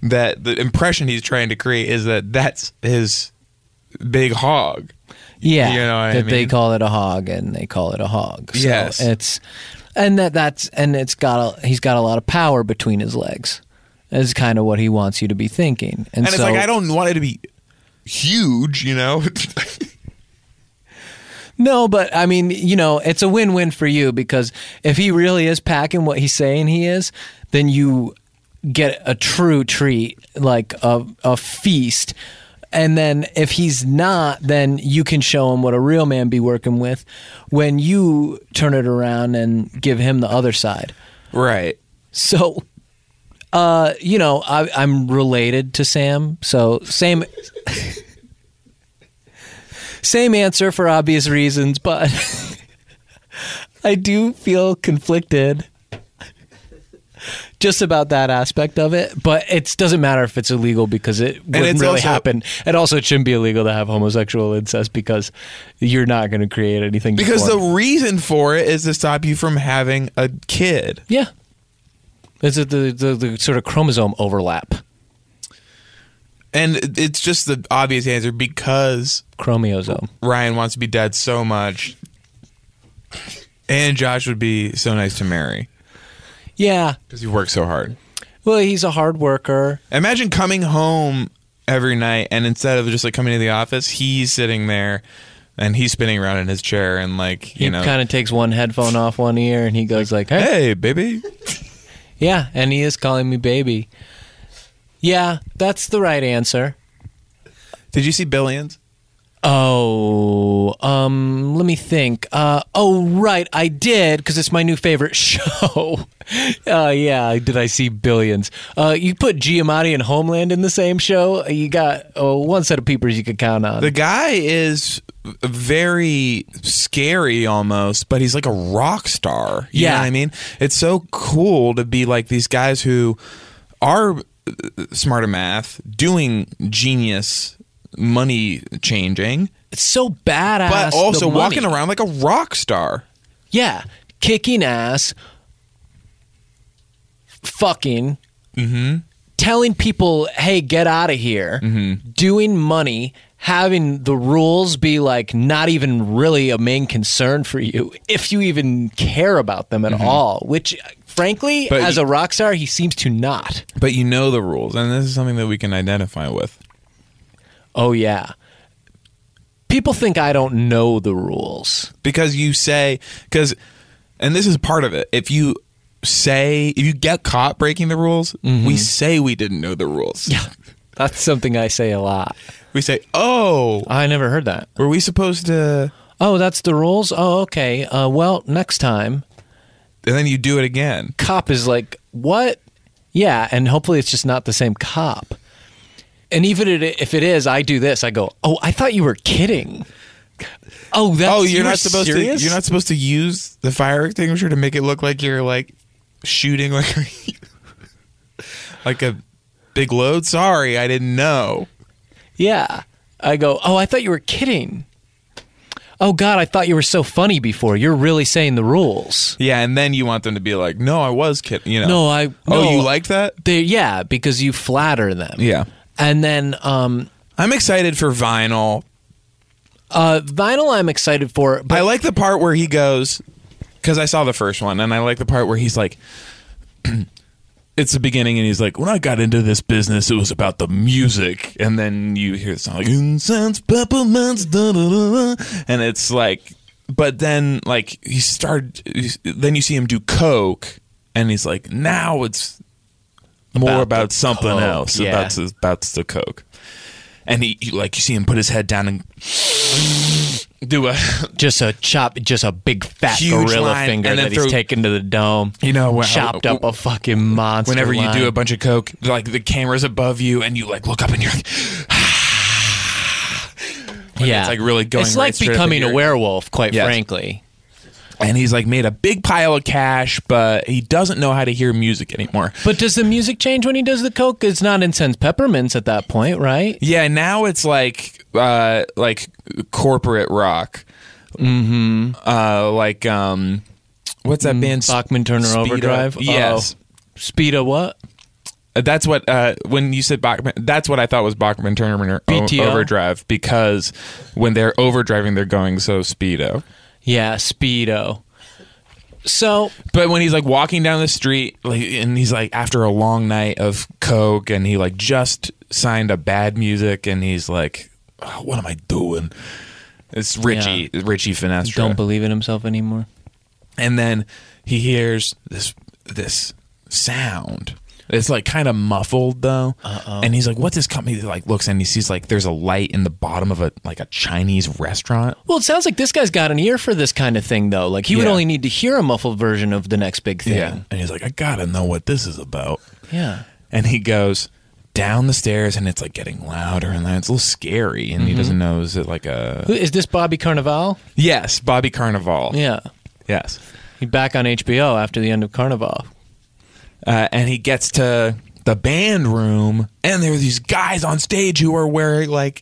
that the impression he's trying to create is that that's his big hog.
Yeah.
You know what I
that they
mean?
call it a hog and they call it a hog. So
Yes.
It's and that that's and it's got a he's got a lot of power between his legs. Is kind of what he wants you to be thinking. And,
And it's
so
like I don't want it to be huge, you know. <laughs>
No, but I mean, you know, it's a win-win for you because if he really is packing what he's saying he is, then you get a true treat, like a a feast. And then if he's not, then you can show him what a real man be working with when you turn it around and give him the other side.
right.
So, uh, you know, I, I'm related to Sam, so same, same answer for obvious reasons, but <laughs> I do feel conflicted just about that aspect of it. But it doesn't matter if it's illegal because it wouldn't
it's
really
also-
happen. And also, it shouldn't be illegal to have homosexual incest because you're not going to create anything
Because the
before.
reason for it is to stop you from having a kid.
yeah. Is it the, the, the sort of chromosome overlap?
And it- it's just the obvious answer because
chromosome.
Ryan wants to be dead so much. And Josh would be so nice to marry
Yeah.
because he worked so hard.
Well, he's a hard worker.
Imagine coming home every night and instead of just like coming to the office, he's sitting there and he's spinning around in his chair and like, you
He
know,
kind of takes one headphone off one ear and he goes like, "Hey,
hey, baby.
yeah," and he is calling me baby. Yeah, that's the right answer.
Did you see Billions?
Oh, um, let me think. Uh, oh, right, I did because it's my new favorite <laughs> show. uh, yeah, did I see billions? Uh, you put Giamatti and Homeland in the same show. You got oh, one set of peepers you could count on.
The guy is very scary almost, but he's like a rock star. You know
Yeah.
what I mean? It's so cool to be like these guys who are uh, smart at math, doing genius money changing,
it's so badass,
but
the
also
money.
walking around like a rock star.
Yeah, kicking ass, fucking, Mm-hmm. telling people, "Hey, get out of here," doing money, having the rules be like not even really a main concern for you if you even care about them at all. Which, frankly,
But
as
you-
a rock star, he seems to not.
But you know the rules, and this is something that we can identify with.
Oh yeah, people think I don't know the rules.
because you say because and this is part of it if you say if you get caught breaking the rules
Mm-hmm.
we say we didn't know the rules yeah
That's something I say a lot.
we say oh
I never heard that.
were we supposed to
Oh, that's the rules? Oh, okay. Uh, well, next time,
and then you do it again
cop is like, what? Yeah, and hopefully it's just not the same cop. And even it- if it is, I do this. I go, oh, I thought you were kidding. Oh, that's,
oh you're
you were
not supposed
serious?
to you're not supposed to use the fire extinguisher to make it look like you're like shooting like <laughs> like a big load sorry i didn't know
Yeah. I go, oh, I thought you were kidding. "Oh God, I thought you were so funny before. You're really saying the rules."
Yeah, and then you want them to be like, "No, I was kidding." You know?
No, I-
Oh,
no.
you like that?
They, yeah, because you flatter them.
Yeah.
and then um,
I'm excited for vinyl.
uh, vinyl, I'm excited for, but
I like the part where he goes because I saw the first one, and I like the part where he's like, <clears throat> "It's the beginning," and he's like, "When I got into this business, it was about the music," and then you hear the song like "Incense, peppermints," da da da, and it's like, but then like he started, then you see him do coke, and he's like, "Now it's more about,
About the
something
coke,
else
yeah.
about the- about the coke." And he, you, like, you see him put his head down and <sniffs> do a
just a chop, just a big fat
Huge
gorilla
line,
finger
and then
that
throw-
he's taken to the dome.
You know, when-
chopped up a fucking monster.
whenever you
line.
do a bunch of coke like the camera's above you and you like look up and you're like <gasps>
yeah,
it's, like, really going
It's
right
like
straight up
becoming
at
a
your-
werewolf, quite
Yes.
frankly.
and he's like made a big pile of cash but he doesn't know how to hear music anymore
But does the music change when he does the coke? It's not incense peppermints at that point, right?
yeah now it's like uh like corporate rock mm-hmm uh like um what's that band
Mm, Bachman Turner
Speedo.
Overdrive.
yes
Oh. Speedo what?
That's what uh, when you said Bachman. That's what I thought was Bachman Turner o-
BTO?
overdrive because when they're overdriving, they're going so speedo.
Yeah, Speedo. So
But when he's like walking down the street, like, and he's like after a long night of coke, and he like just signed a bad music, and he's like, "Oh, "What am I doing?" It's Richie, Richie Finestra,
don't believe in himself anymore.
and then he hears this this sound. It's like kind of muffled though, Uh-oh. and he's like, "What's this company?" He, Like looks and he sees like there's a light in the bottom of a like a Chinese restaurant.
Well, it sounds like this guy's got an ear for this kind of thing, though. Like he would
Yeah.
only need to hear a muffled version of the next big thing.
and he's like, "I gotta know what this is about."
Yeah.
and he goes down the stairs and it's like getting louder and louder. it's a little scary and he doesn't know is it like a
Who- Is this Bobby Carnival?
yes bobby carnival
Yeah.
yes
He's back on HBO after the end of Carnival.
uh, and he gets to the band room and there are these guys on stage who are wearing like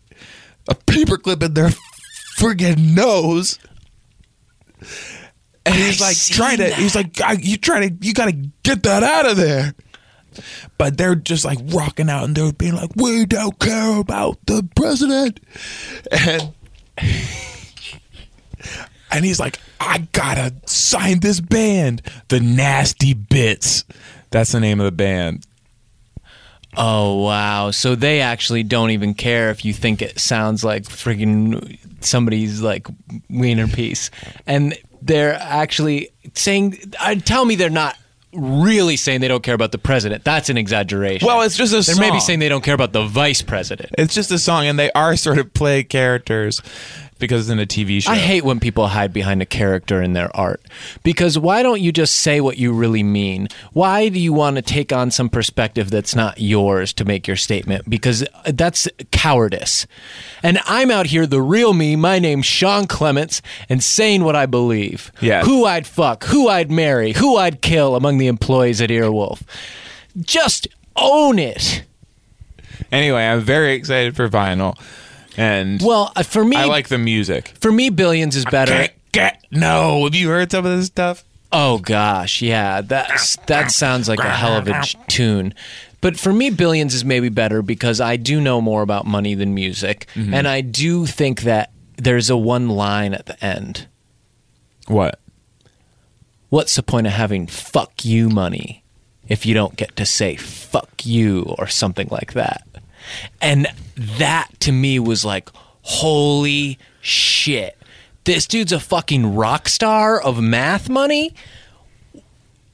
a paperclip in their <laughs> friggin' nose and he's like trying to he's like "God, you trying to you gotta get that out of there but they're just like rocking out and they're being like we don't care about the president and and he's like i gotta sign this band the nasty bits that's the name of the band
Oh wow! So they actually don't even care if you think it sounds like friggin' somebody's like wiener piece, and they're actually saying, I, "Tell me they're not really saying they don't care about the president." That's an exaggeration.
Well, it's just a
they're maybe
song.
saying they don't care about the vice president.
it's just a song and they are <laughs> sort of play characters because it's in a tv show
I hate when people hide behind a character in their art because why don't you just say what you really mean? Why do you want to take on some perspective that's not yours to make your statement? Because uh, that's cowardice. And I'm out here, the real me, my name's Sean Clements, and saying what I believe.
Yes.
Who I'd fuck, who I'd marry, who I'd kill among the employees at Earwolf. Just own it.
anyway i'm very excited for vinyl and
Well, uh, for me,
i like the music
for me, billions is better.
get no have you heard some of this stuff
Oh gosh, yeah, that that sounds like a hell of a ch- tune. But for me, Billions is maybe better because I do know more about money than music, and I do think that there's a one line at the end.
what
What's the point of having "fuck you" money if you don't get to say "fuck you" or something like that? And that to me was like, holy shit! This dude's a fucking rock star of math money.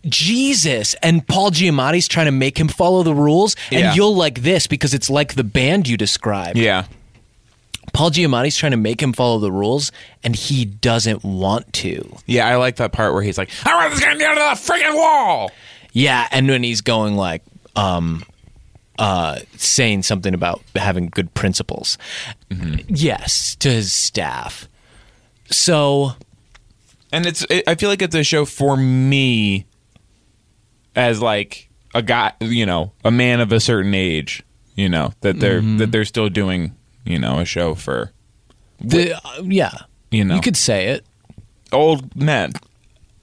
Jesus and Paul Giamatti's trying to make him follow the rules, and
Yeah.
you'll like this because it's like the band you described.
yeah
Paul Giamatti's trying to make him follow the rules, and he doesn't want to.
yeah i like that part where he's like i want this guy to get to the freaking wall
Yeah, and when he's going like um uh saying something about having good principles.
Mm-hmm.
Yes, to his staff. So
and it's it, i feel like it's a show for me as like a guy you know a man of a certain age you
Mm-hmm.
know that they're that they're still doing you know a show for
the uh, yeah.
you know
You could say it.
old men.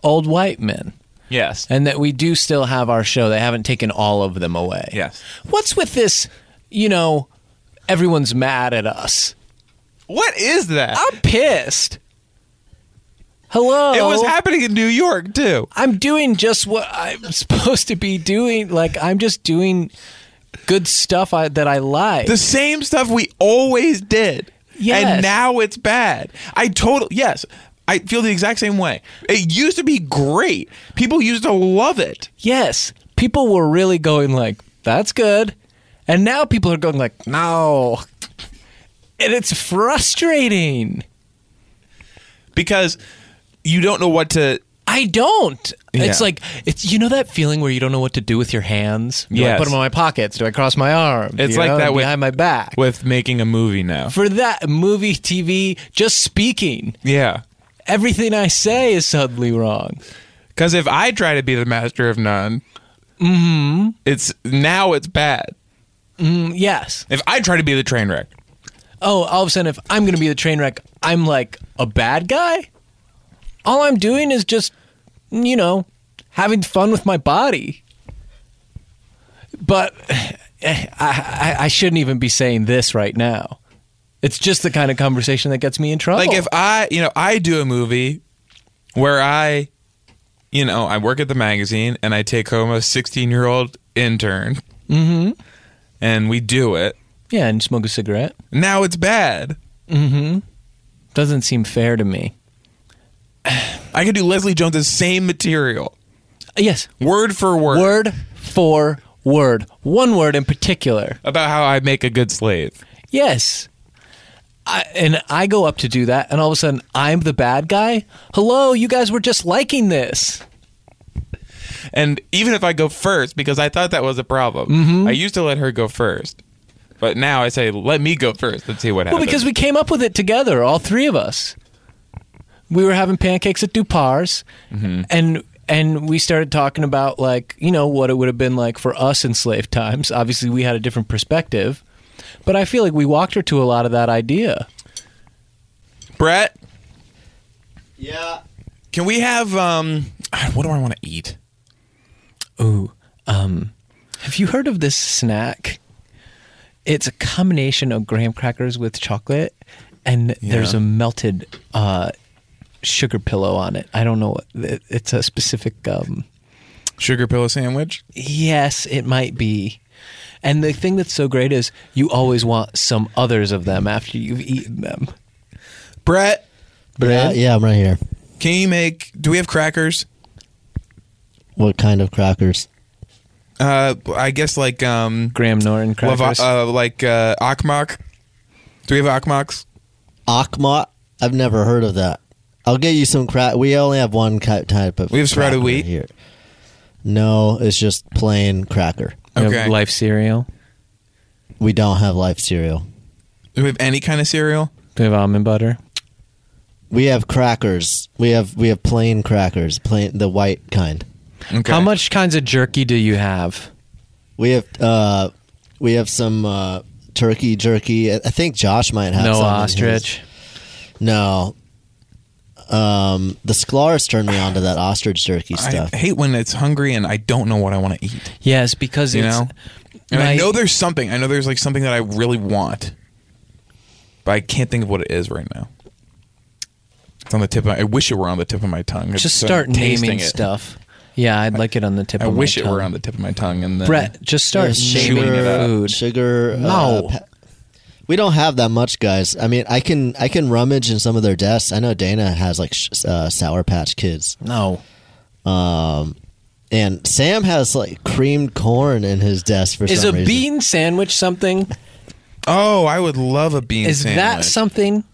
Old white men.
Yes.
And that we do still have our show. They haven't taken all of them away.
Yes.
What's with this, you know, everyone's mad at us?
What is that?
I'm pissed. Hello.
it was happening in New York too.
I'm doing just what I'm <laughs> supposed to be doing. Like I'm just doing good stuff I, that I like.
The same stuff we always did.
Yes.
And now it's bad. I totally yes. I feel the exact same way. It used to be great. People used to love it.
yes, people were really going like, "That's good," and now people are going like, "No," and it's frustrating.
because you don't know what to.
I don't. It's
Yeah.
like it's you know that feeling where you don't know what to do with your hands. Do I
Yes.
put them in my pockets? Do I cross my arms?
It's
You
like
know,
that with-
behind my back.
With making a movie now.
For that movie, TV, just speaking,
Yeah.
everything I say is suddenly wrong.
Because if I try to be the master of none,
Mm-hmm.
it's now it's bad.
Yes.
If I try to be the train wreck,
Oh, all of a sudden, if I'm going to be the train wreck, I'm like a bad guy. All I'm doing is just, you know, having fun with my body. But <sighs> I, I, I shouldn't even be saying this right now. It's just the kind of conversation that gets me in trouble.
like if I, you know, I do a movie where I, you know, I work at the magazine and I take home a 16 year old intern
Mm-hmm.
and we do it.
yeah, and smoke a cigarette
Now it's bad.
doesn't seem fair to me.
I could do Leslie Jones' same material,
Yes,
word for word,
word for word, one word in particular.
about how I make a good slave.
Yes. I, and I go up to do that, and all of a sudden I'm the bad guy. Hello, you guys were just liking this.
And even if I go first, because I thought that was a problem,
Mm-hmm.
I used to let her go first. But now I say, let me go first and see what
Well,
happens.
because we came up with it together, all three of us. We were having pancakes at Dupar's, and and we started talking about like you know what it would have been like for us in slave times. Obviously, we had a different perspective, but I feel like we walked her to a lot of that idea.
Brett,
Yeah.
can we have, um, what do I want to eat?
Have you heard of this snack? It's a combination of graham crackers with chocolate, and there's a melted uh, sugar pillow on it. I don't know what it- it's a specific. Um,
Sugar pillow sandwich?
yes, it might be. And the thing that's so great is you always want some others of them after you've eaten them.
Brett,
Yeah, yeah, I'm right here.
can you make, do we have crackers?
What kind of crackers?
Uh, I guess like, um,
Graham Norton
Lava-
crackers.
uh, like, uh, Akmak. Do we have Akmaks?
Akmat? I've never heard of that. I'll get you some crack. We only have one ki- type of.
We have sprouted
cracker
wheat?
here. No, it's just plain cracker.
You have
okay.
Life cereal.
We don't have life cereal.
Do we have any kind of cereal?
We have almond butter.
We have crackers. We have we have plain crackers, plain the white kind.
Okay.
How much kinds of jerky do you have?
We have uh, we have some uh, turkey jerky. I I think Josh might have
no
some in
ostrich.
his- No. Um, the Sklar's turned me on to that ostrich jerky
I
stuff.
hate when it's hungry and I don't know what I want to eat.
Yes, because
you
it's
know and i
my-
know there's something i know there's like something that i really want but i can't think of what it is right now it's on the tip of my, i wish it were on the tip of my tongue It's
just
so
start
tasting
naming
it.
stuff. Yeah, I'd like it on the tip
i
of my
wish it
tongue.
were on the tip of my tongue and then
Brett, just start
There's
naming
chewing it up.
food.
Sugar.
No.
uh, pa- we don't have that much, guys. I mean, I can I can rummage in some of their desks. I know Dana has like sh- uh, Sour Patch Kids, Um,
No.
and Sam has like creamed corn in his desk for
Is a
some reason.
bean sandwich something?
oh i would love a bean
Is
sandwich
that something?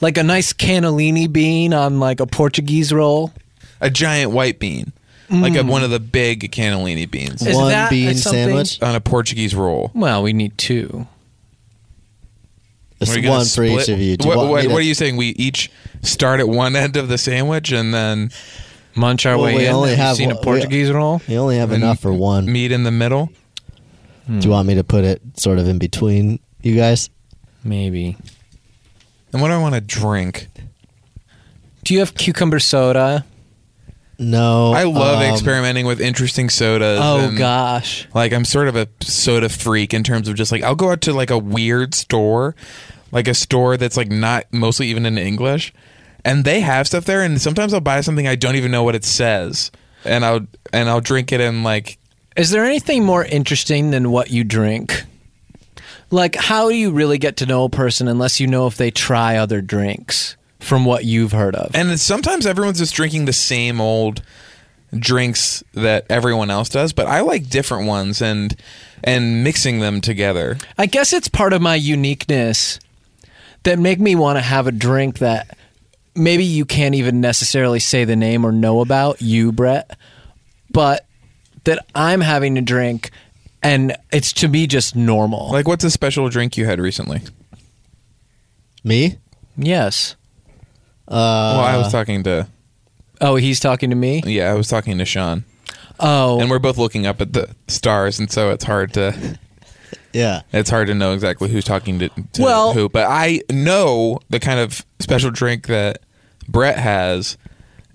Like a nice cannellini bean on like a Portuguese roll?
a giant white bean like a, one of the big cannellini beans
Mm. Is
One
that
bean
something-
sandwich.
on a portuguese roll
Well, we need two.
It's
Are you gonna
one for each
split-
of you. Do you
what,
want me
what,
to-
what are you saying we each start at one end of the sandwich and then
Munch our
Well,
way
we
in.
only
Have you
have
seen a
one- we-
Portuguese roll? Mm-hmm.
You only have enough for one.
meet in the middle
Do you want me to put it sort of in between you guys?
Maybe.
and what do i want to drink
Do you have cucumber soda?
No,
I love
um,
experimenting with interesting sodas.
Oh
and,
gosh.
Like I'm sort of a soda freak in terms of just like I'll go out to like a weird store, like a store that's like not mostly even in English, and they have stuff there. And sometimes I'll buy something I don't even know what it says, and I'll and I'll drink it and like
Is there anything more interesting than what you drink? Like, how do you really get to know a person unless you know if they try other drinks from what you've heard of?
and it's- sometimes everyone's just drinking the same old drinks that everyone else does, but I like different ones and and mixing them together.
I guess it's part of my uniqueness that make me want to have a drink that maybe you can't even necessarily say the name or know about you, Brett, but that I'm having a drink and it's to me just normal.
Like, what's a special drink you had recently?
me.
yes.
well, I was talking to
Oh, he's talking to me.
yeah, I was talking to Sean,
Oh,
and we're both looking up at the stars, and so it's hard to
Yeah,
it's hard to know exactly who's talking to, to
Well-
who. But I know the kind of special drink that Brett has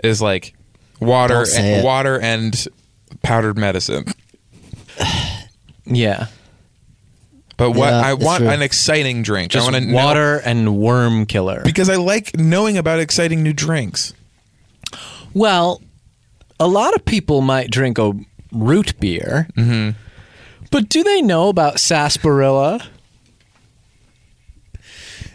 is like water,
Don't say
and,
it.
water and powdered medicine.
yeah.
But what
Yeah,
I
it's
want
true.
an exciting drink.
Just
I want to
water and worm killer.
because I like knowing about exciting new drinks.
well, a lot of people might drink a root beer, mm-hmm. but do they know about sarsaparilla?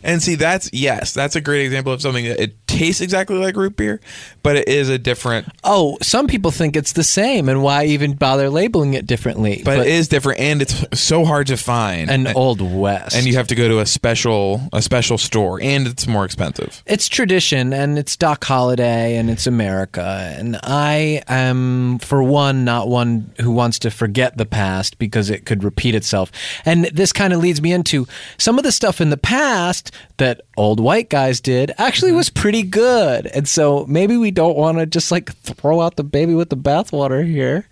And see, that's yes, that's a great example of something that it tastes exactly like root beer, but it is a different,
Oh, some people think it's the same, and why even bother labeling it differently?
but, it is different, and it's so hard to find.
an old west,
and you have to go to a special a special store, and it's more expensive.
it's tradition, and it's Doc Holiday, and it's America, and I am, for one, not one who wants to forget the past because it could repeat itself. And this kind of leads me into some of the stuff in the past that old white guys did actually was pretty good, and so maybe we don't want to just like throw out the baby with the bathwater here.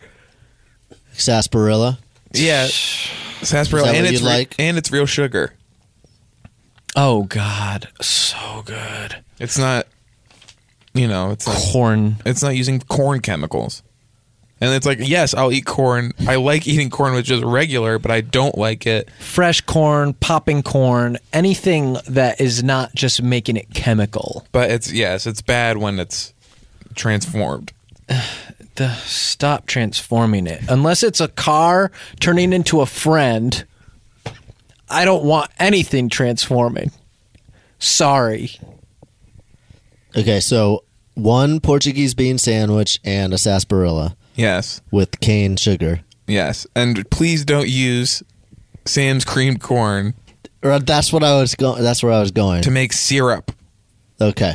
sarsaparilla.
Yeah, sarsaparilla,
Is that what
and
you'd
it's re-
like?
and it's real sugar.
Oh God, so good.
It's not, you know, it's not,
corn.
it's not using corn chemicals. And it's like, yes, I'll eat corn. I like eating corn with just regular, but I don't like it.
Fresh corn, popping corn, anything that is not just making it chemical.
But it's yes, it's bad when it's transformed.
The, stop transforming it. Unless it's a car turning into a friend, I don't want anything transforming. Sorry.
Okay, so one Portuguese bean sandwich and a sarsaparilla
Yes,
with cane sugar.
yes, and please don't use Sam's creamed corn
Or uh, that's what I was going. That's where I was going.
to make syrup.
Okay.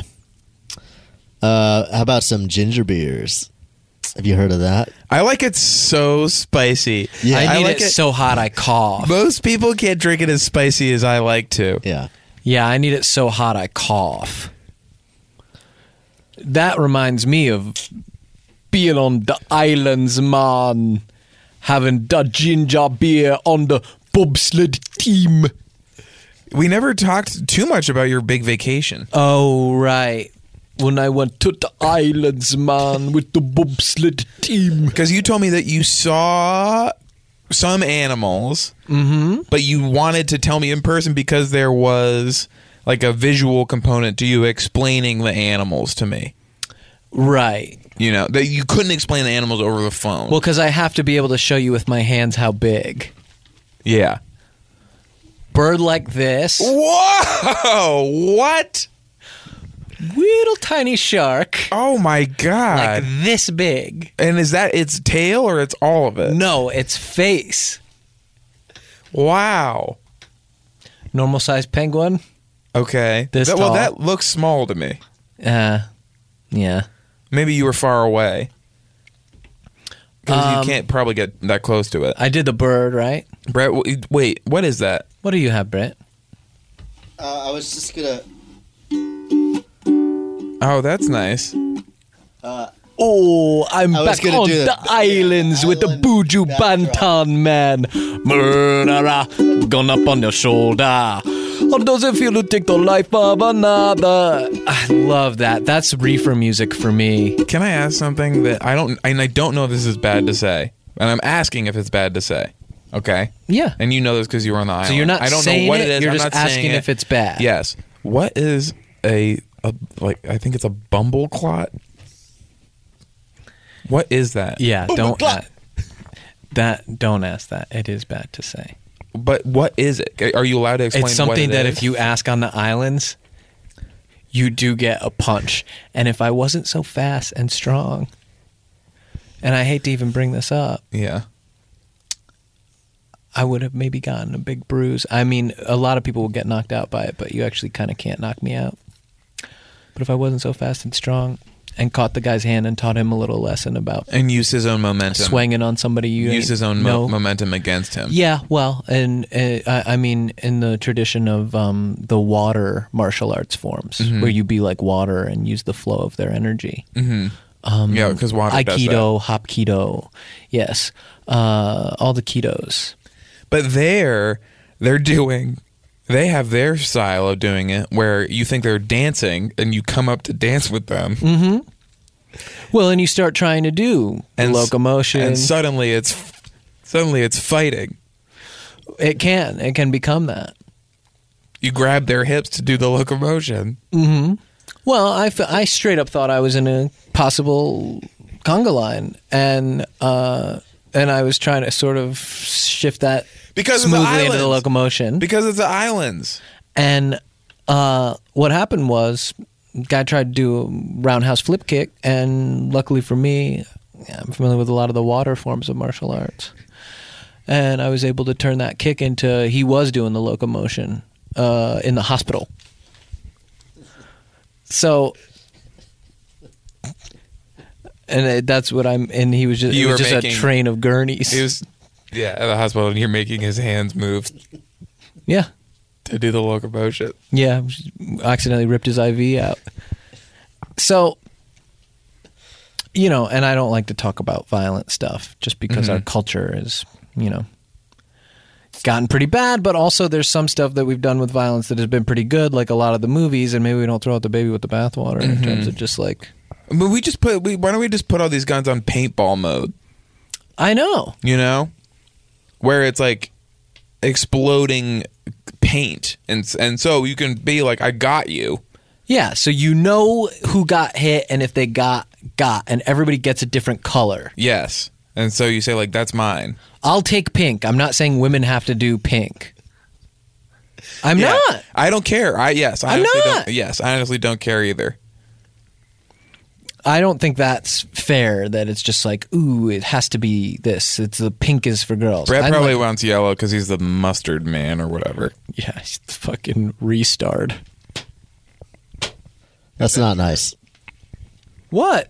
Uh, how about some ginger beers? Have you heard of that?
I like it so spicy.
Yeah.
I
I
need
like
it,
it-
so hot I cough.
<laughs> Most people can't drink it as spicy as I like to.
Yeah.
Yeah, I need it so hot I cough. That reminds me of being on the islands, man. Having the ginger beer on the bobsled team.
We never talked too much about your big vacation.
Oh, right. When I went to the islands, man, with the bobsled team.
Because you told me that you saw some animals,
Mm-hmm.
but you wanted to tell me in person because there was like a visual component to you explaining the animals to me.
Right.
You know, that you couldn't explain the animals over the phone.
Well, because I have to be able to show you with my hands how big.
yeah.
Bird like this,
Whoa! <laughs> What?
little tiny shark,
Oh my god.
like this big.
and is that its tail or it's all of it?
No, it's face.
Wow.
normal sized penguin.
Okay.
This
That- well,
tall.
that looks small to me.
Uh, yeah.
Maybe you were far away. Because
Um,
you can't probably get that close to it.
I did the bird, right?
Brett, w- wait, what is that?
What do you have, Brett?
Uh, I was just gonna.
Oh, that's nice.
Oh, I'm
I was
back
gonna
on
do
the,
the-
islands with the
island
Buju
backdrop.
Bantan man. Murderer, gun up on your shoulder. How does it feel to take the life of another? I love that. That's reefer music for me.
Can I ask something that I don't and I don't know if this is bad to say, and I'm asking if it's bad to say. Okay.
Yeah.
And you know this because you were on the island.
So you're not
I don't
saying
know what
it,
it is.
you're
I'm
just
not saying
asking
it.
if it's bad.
Yes. What is a, a like? I think it's a bumble clot. What is that?
Yeah, don't
God.
a- that don't ask that. It is bad to say.
But what is it? Are you allowed to explain?
It's something
what it
that
is?
if you ask on the islands, you do get a punch. And if I wasn't so fast and strong, and I hate to even bring this up,
yeah.
I would have maybe gotten a big bruise. I mean, a lot of people will get knocked out by it, but you actually kind of can't knock me out. But if I wasn't so fast and strong and caught the guy's hand and taught him a little lesson about
And use his own momentum.
swinging on somebody you
Use
ain't
his own
know.
mo- momentum against him.
Yeah, well, and uh, I, I mean, in the tradition of um, the water martial arts forms,
Mm-hmm.
where you be like water and use the flow of their energy.
Yeah. Because Mm-hmm. water does that.
Um, Aikido, Hapkido, yes, uh, all the kidos.
But there, they're doing. They have their style of doing it, where you think they're dancing, and you come up to dance with them,
Well, and you start trying to do
and s-
locomotion.
and suddenly it's suddenly it's fighting.
it can, it can become that.
You grab their hips to do the locomotion.
Well, I, f- I straight up thought I was in a possible conga line, and uh, and I was trying to sort of shift that
Because of the
smoothly into the
islands.
locomotion.
Because it's the islands.
and uh, what happened was, guy tried to do a roundhouse flip kick, and luckily for me, I'm familiar with a lot of the water forms of martial arts, and I was able to turn that kick into he was doing the locomotion uh, in the hospital. So. And it, that's what I'm. And he was just. it
You were
was just
making-
a train of gurneys.
He was yeah at the hospital, and you're making his hands move
yeah.
to do the locomotion.
Yeah, accidentally ripped his IV out. So, you know, and I don't like to talk about violent stuff just because our culture is, you know, it's gotten pretty bad, but also there's some stuff that we've done with violence that has been pretty good, like a lot of the movies, and maybe we don't throw out the baby with the bathwater in terms of just like,
But we just put. We, why don't we just put all these guns on paintball mode?
I know.
you know, where it's like exploding paint, and and so you can be like, I got you.
Yeah, so you know who got hit and if they got, got, and everybody gets a different color.
Yes, and so you say like, that's mine.
I'll take pink. I'm not saying women have to do pink. I'm
Yeah.
not.
I don't care. I yes. I
I'm
honestly
not.
Don't, yes, I honestly don't care either.
I don't think that's fair that it's just like, ooh, it has to be this. It's the pink is for girls.
Brett
I'm
probably
like,
wants yellow because he's the mustard man or whatever.
Yeah, he's fucking restarred.
That's not nice.
What?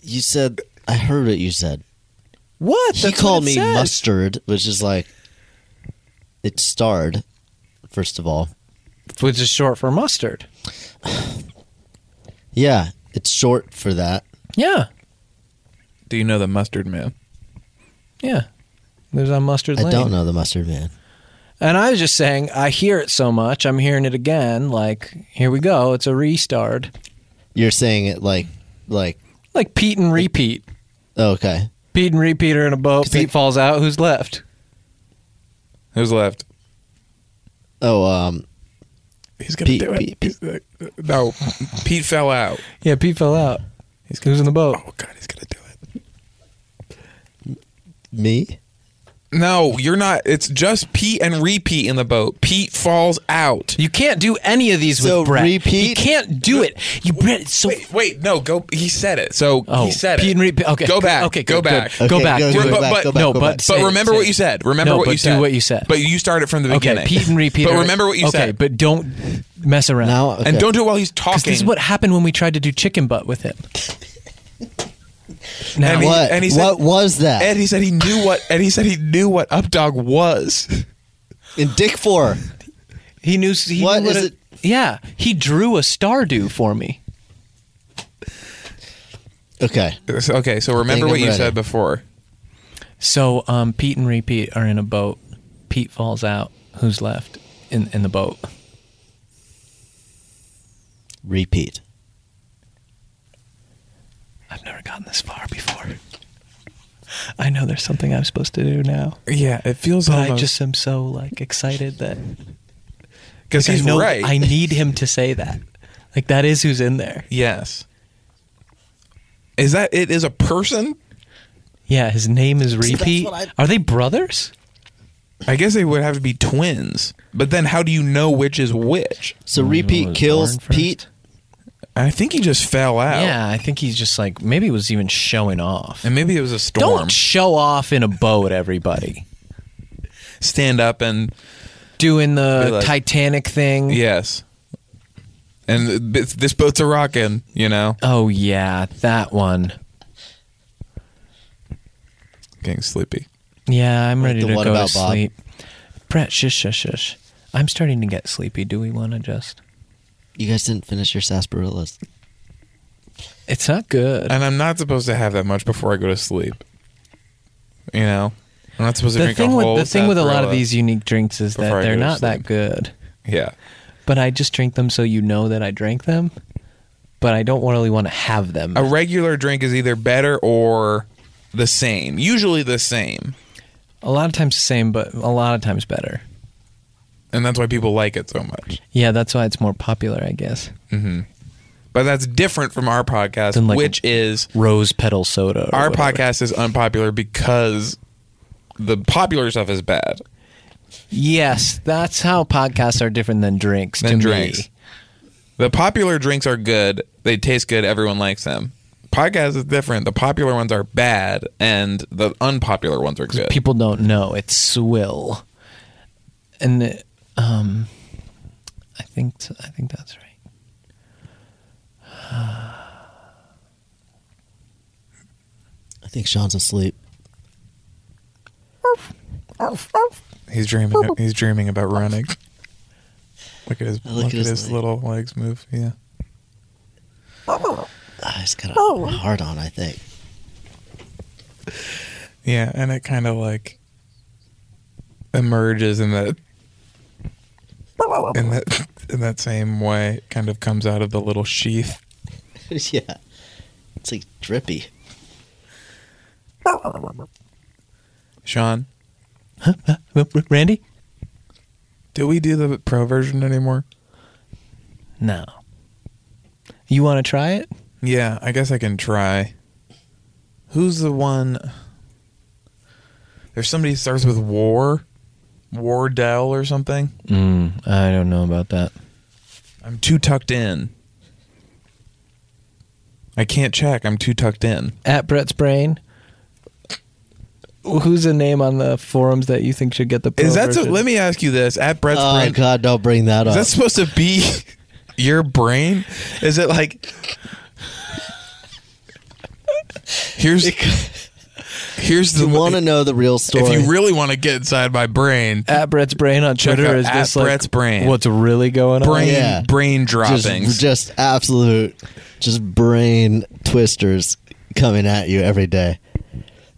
You said I heard what you said.
What?
He
That's what
called
it
me
says.
mustard, which is like it's starred. First of all,
Which is short for mustard.
yeah, it's short for that.
Yeah.
Do you know the mustard man?
Yeah. There's on mustard
I
lane.
don't know the mustard man.
And I was just saying, I hear it so much. I'm hearing it again. Like, here we go. It's a restart.
You're saying it like, like oh,
Like Pete and repeat.
okay,
Pete and repeat are in a boat.
It's like-
Pete falls out. Who's left?
Who's left?
oh um,
He's gonna
Pete, Pete, Pete.
No, Pete fell out.
Yeah, Pete fell out. He's who's in the boat?
Oh God, he's gonna do it.
me.
No, you're not. It's just Pete and repeat in the boat. Pete falls out.
You can't do any of these
So
with Brett. You
repeat-
can't do it. You Brett. It's so.
Wait, wait, no, go. He said it. So
Oh,
he said
Pete
it.
and repeat. Okay,
go back.
Okay,
go
good,
back.
good. Go
Okay,
back.
go-
do
go
it.
back, go
back,
no,
go
but
back.
But
say it,
remember
say
what
it.
you said. Remember
No,
what
but
you said.
Do what you said.
But you started from the
okay,
beginning.
Pete and repeat.
But
are-
remember what you
okay,
said.
but don't mess around.
Now okay.
And don't do it while he's talking.
Because this is what happened when we tried to do chicken butt with him. Now,
And he-
what?
and he said-
what was that?
And he said he knew what. And he said he knew what updog
<laughs>
was.
In Dick Four,
he knew. He
What
knew
is
a-
it?
Yeah, he drew a stardew for me.
okay.
So- Okay, so
think
remember what
I'm
you
ready.
said before.
So um, Pete and Repeat are in a boat. Pete falls out. Who's left? in in the boat.
Repeat.
I've never gotten this far before. I know there's something I'm supposed to do now,
Yeah, it feels
but
like
I just am so like excited that
because
like,
he's
I know
right.
I need him to say that. Like that is who's in there.
yes. Is that it? Is a person?
Yeah, his name is Repeat.
what
Are they brothers?
I guess they would have to be twins. But then, how do you know which is which?
So repeat
was
kills
born first?
Pete.
I think he just fell out.
Yeah, I think he's just like maybe he was even showing off.
Oh. and maybe it was a storm.
Don't show off in a boat, everybody.
Stand up and
Doing the
Be like-
Titanic thing.
yes. And th- this boat's a rockin', you know.
Oh yeah, that one.
Getting sleepy.
Yeah, I'm ready
the
to
What
go
About
to
Bob?
sleep. Brett, shush, shush, shush. I'm starting to get sleepy. Do we want to just?
You guys didn't finish your sarsaparillas.
It's not good.
And I'm not supposed to have that much before I go to sleep. You know, I'm not supposed to
the
drink
thing
a
with
whole.
the thing with a lot of
sarsaparilla.
these unique drinks is
before
that
I
they're
go to
not that
sleep.
good.
Yeah.
But I just drink them so you know that I drank them. But I don't really want to have them.
a regular drink is either better or the same. Usually the same,
A lot of times the same, but a lot of times better.
and that's why people like it so much.
Yeah, that's why it's more popular, I guess.
But that's different from our podcast,
Than like
which is
Rose petal soda. or
our
whatever.
podcast is unpopular because the popular stuff is bad.
Yes, that's how podcasts are different than drinks.
Than
to
drinks.
me.
The popular drinks are good; they taste good. Everyone likes them. Podcast is different. The popular ones are bad, and the unpopular ones are good.
people don't know it's swill and um i think i think that's right
I think Sean's asleep.
He's dreaming. He's dreaming about running. Look at his.
look at his leg.
little legs move. Yeah.
Ah, he's got a hard on, I think. <laughs>
Yeah, and it kind of like emerges in that in that in that same way. It kind of comes out of the little sheath.
yeah. It's like drippy.
Sean,
R- R- randy
do we do the pro version anymore?
no you want to try it
Yeah, I guess I can try. Who's the one? There's somebody who starts with War, Wardell or something. Mm,
i don't know about that
I'm too tucked in. I can't check. I'm too tucked in.
at brett's brain who's a name on the forums that you think should get the pro
Is that so?
version?
Let me ask you this: at Brett's
oh
brain,
God, don't bring that
is
up.
that supposed to be <laughs> your brain? Is it like here's here's the
you want to know the real story.
if you really want to get inside my brain,
at brett's brain on
Check
twitter
out
is
at
just like
Brett's Brain.
what's really going on
brain
yeah.
brain droppings.
just, just absolute, just brain twisters coming at you every day.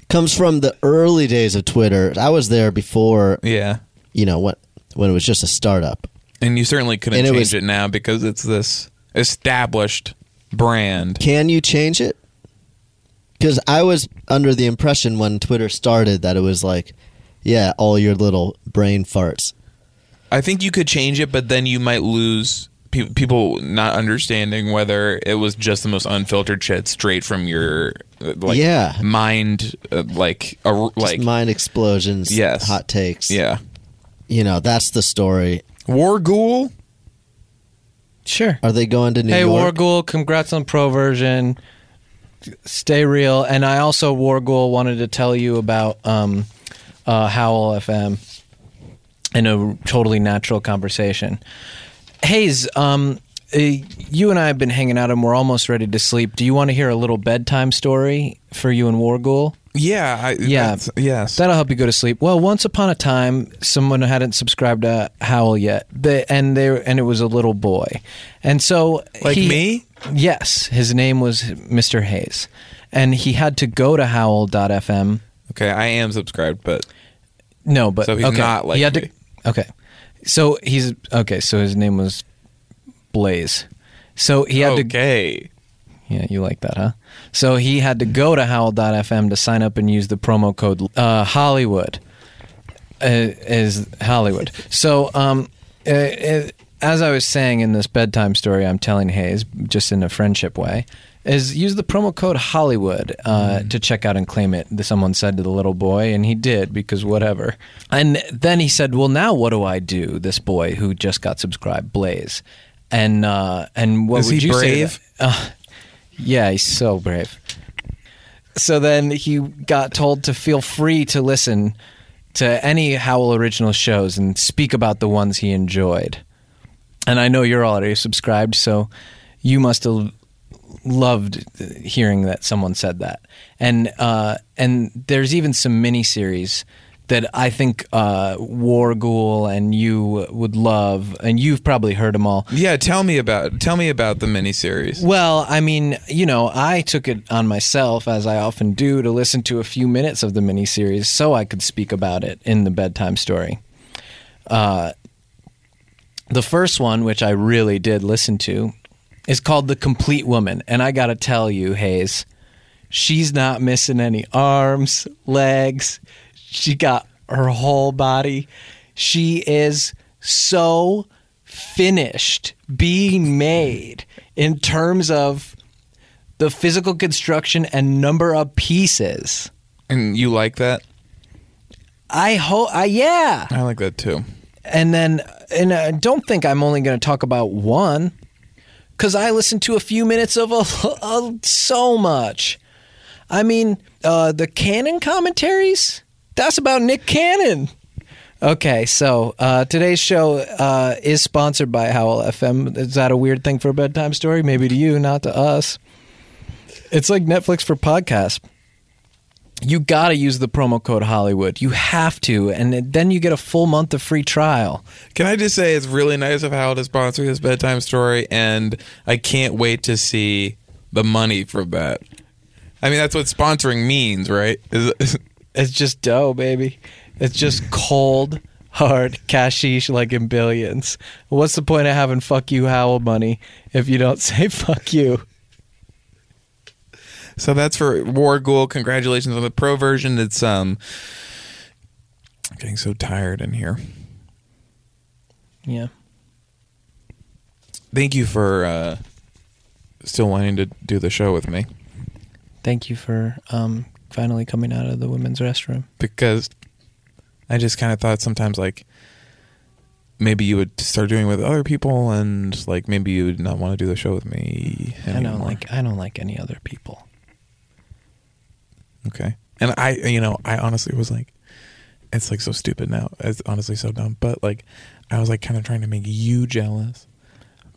Comes from the early days of Twitter. I was there before,
yeah,
you know, what when it was just a startup.
and you certainly couldn't
And it
change
was-
it now because it's this established brand.
Can you change it? Because I was under the impression when Twitter started that it was like, yeah, all your little brain farts.
I think you could change it, but then you might lose pe- people not understanding whether it was just the most unfiltered shit straight from your uh, like
Yeah.
mind uh, like a,
Just
like
mind explosions,
Yes.
hot takes.
yeah
You know, that's the story.
war ghoul.
sure
Are they going to New
Hey,
York?
Warghoul, congrats on Pro Version. Stay real. And I also, Warghoul, wanted to tell you about um, uh, Howl FM in a totally natural conversation. Hayes, um, uh, you and I have been hanging out and we're almost ready to sleep. Do you want to hear a little bedtime story for you and Warghoul?
Yeah, I,
Yeah.
that's- yes.
That'll help you go to sleep. Well, once upon a time, someone hadn't subscribed to Howl yet, they, and they and it was a little boy, and so
Like
he-
me?
Yes, his name was Mr. Hayes, and he had to go to Howl.fm.
okay, I am subscribed, but
No, but
So he's
okay.
not like
he had
me.
to. Okay, So he's okay. So his name was Blaze. So he
Oh,
had to.
okay.
Yeah, you like that, huh? So he had to go to Howl.fm to sign up and use the promo code uh, Hollywood. Uh, is Hollywood. So, um, uh, uh, as I was saying in this bedtime story I'm telling Hayes, just in a friendship way, is use the promo code Hollywood
Mm-hmm.
uh, to check out and claim it. Someone said to the little boy, and he did because whatever. And then he said, "Well, now what do I do?" This boy who just got subscribed, Blaze, and uh, and what
Is
would
he
you say? to
brave?
that? Uh, yeah, he's so brave. So then he got told to feel free to listen to any Howl original shows and speak about the ones he enjoyed. And I know you're already subscribed, so you must have loved hearing that someone said that. And uh, and there's even some miniseries that I think uh, War Ghoul and you would love, and you've probably heard them all.
Yeah, tell me about tell me about the miniseries.
Well, I mean, you know, I took it on myself, as I often do, to listen to a few minutes of the miniseries so I could speak about it in the bedtime story. Uh, the first one, which I really did listen to, is called The Complete Woman. And I got to tell you, Hayes, she's not missing any arms, legs. She got her whole body. She is so finished being made in terms of the physical construction and number of pieces.
And you like that?
I hope, I, yeah.
I like that too.
And then, and I don't think I'm only going to talk about one because I listened to a few minutes of a, <laughs> a- so much. I mean, uh, the Cannon commentaries? That's about Nick Cannon. Okay, so uh, today's show uh, is sponsored by Howl FM. Is that a weird thing for a bedtime story? Maybe to you, not to us. It's like Netflix for podcasts. You got to use the promo code Hollywood. You have to, and then you get a full month of free trial.
Can I just say it's really nice of Howell to sponsor this bedtime story, and I can't wait to see the money from that. I mean, that's what sponsoring means, right? Is, is-
It's just dough, baby. It's just cold, hard cashish like in billions. What's the point of having fuck you howl money if you don't <laughs> say fuck you?
<laughs> so that's for War Ghoul. Congratulations on the pro version. It's um, I'm getting so tired in here.
Yeah.
Thank you for uh, still wanting to do the show with me
Thank you for um, finally coming out of the women's restroom.
because I just kind of thought sometimes like maybe you would start doing it with other people and like maybe you would not want to do the show with me.
I don't
anymore.
like I don't like any other people.
Okay. And I, you know, I honestly was like, it's like so stupid now. It's honestly so dumb. But like, I was like kind of trying to make you jealous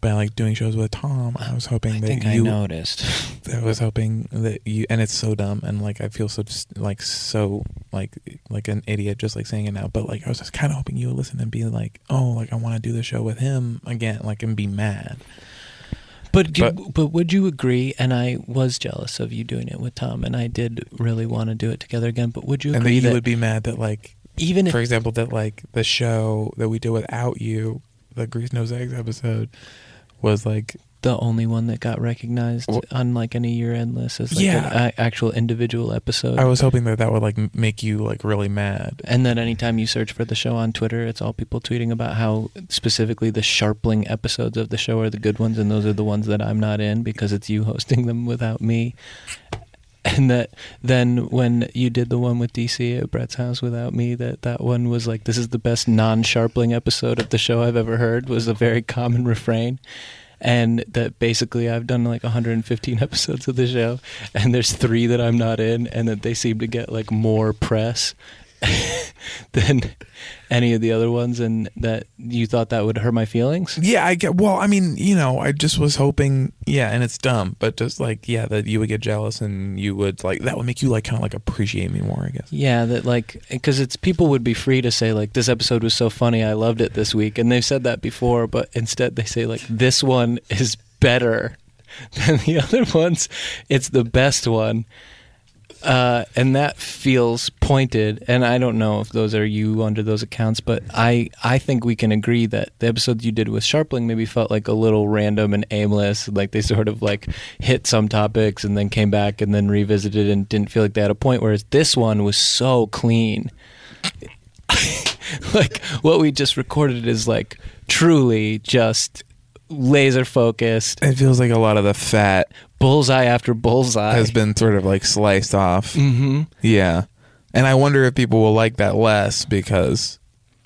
by like doing shows with Tom. I was hoping
I
that
think I
you,
noticed. <laughs>
I was hoping that you, and it's so dumb. And like, I feel so, just, like, so, like, like an idiot just like saying it now. But like, I was just kind of hoping you would listen and be like, oh, like, I want to do the show with him again, like, and be mad.
But, do-
But-
but would you agree? And I was jealous of you doing it with Tom, and I did really want to do it together again. But would you
And then
agree
you
that
would be mad that like,
even if
for example, that like the show that we did without you, the Grease Nose Eggs episode, was like
the only one that got recognized
Wh-
on like any year end list as like
Yeah.
an a- actual individual episode.
I was hoping that that would like m- make you like really mad.
and then anytime you search for the show on Twitter, it's all people tweeting about how specifically the Sharpling episodes of the show are the good ones, and those are the ones that I'm not in because it's you hosting them without me. And that then when you did the one with DC at Brett's house without me, that that one was like, this is the best non-Sharpling episode of the show I've ever heard was a very common refrain. and that basically I've done like 115 <laughs> episodes of the show, and there's three that I'm not in, and that they seem to get like more press <laughs> than any of the other ones, and that you thought that would hurt my feelings.
Yeah, I get. Well, I mean, you know, I just was hoping. Yeah, and it's dumb, but just like yeah, that you would get jealous and you would like that would make you like kind of like appreciate me more. I guess.
Yeah, that like because it's people would be free to say like this episode was so funny, I loved it this week, and they've said that before, but instead they say like this one <laughs> is better than the other ones. It's the best one. uh, and that feels pointed. And I don't know if those are you under those accounts, but I I think we can agree that the episode you did with Sharpling maybe felt like a little random and aimless. Like they sort of like hit some topics and then came back and then revisited and didn't feel like they had a point. Whereas this one was so clean. <laughs> like what we just recorded is like truly just laser focused
It feels like a lot of the fat
bullseye after bullseye
has been sort of like sliced off.
Mm.
Mm-hmm. Yeah, and I wonder if people will like that less because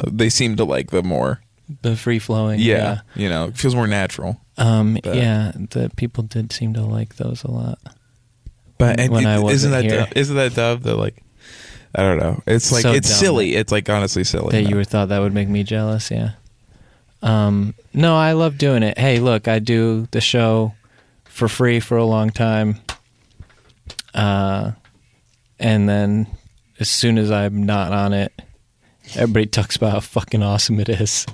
they seem to like the more.
the free flowing
Yeah, you know, it feels more natural.
Um, yeah, the people did seem to like those a lot.
But and
When I
isn't
wasn't
that
here.
dub- isn't that dub that like I don't know. It's like
So
it's
dumb.
silly. It's like honestly silly.
That you were thought that would make me jealous. Yeah. Um, no, I love doing it. Hey, look, I do the show for free for a long time. Uh, and then as soon as I'm not on it, everybody talks about how fucking awesome it is.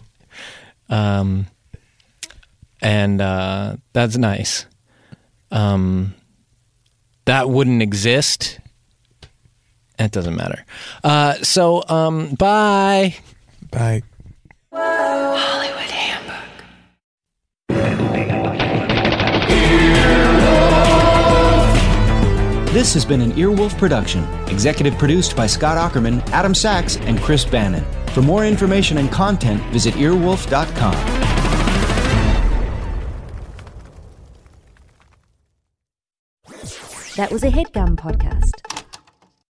Um, and uh, that's nice. Um, that wouldn't exist. It doesn't matter. Uh, so, um, bye.
Bye.
This has been an Earwolf production, executive produced by Scott Ackerman, Adam Sachs, and Chris Bannon. For more information and content, visit earwolf.com.
That was a headgum podcast.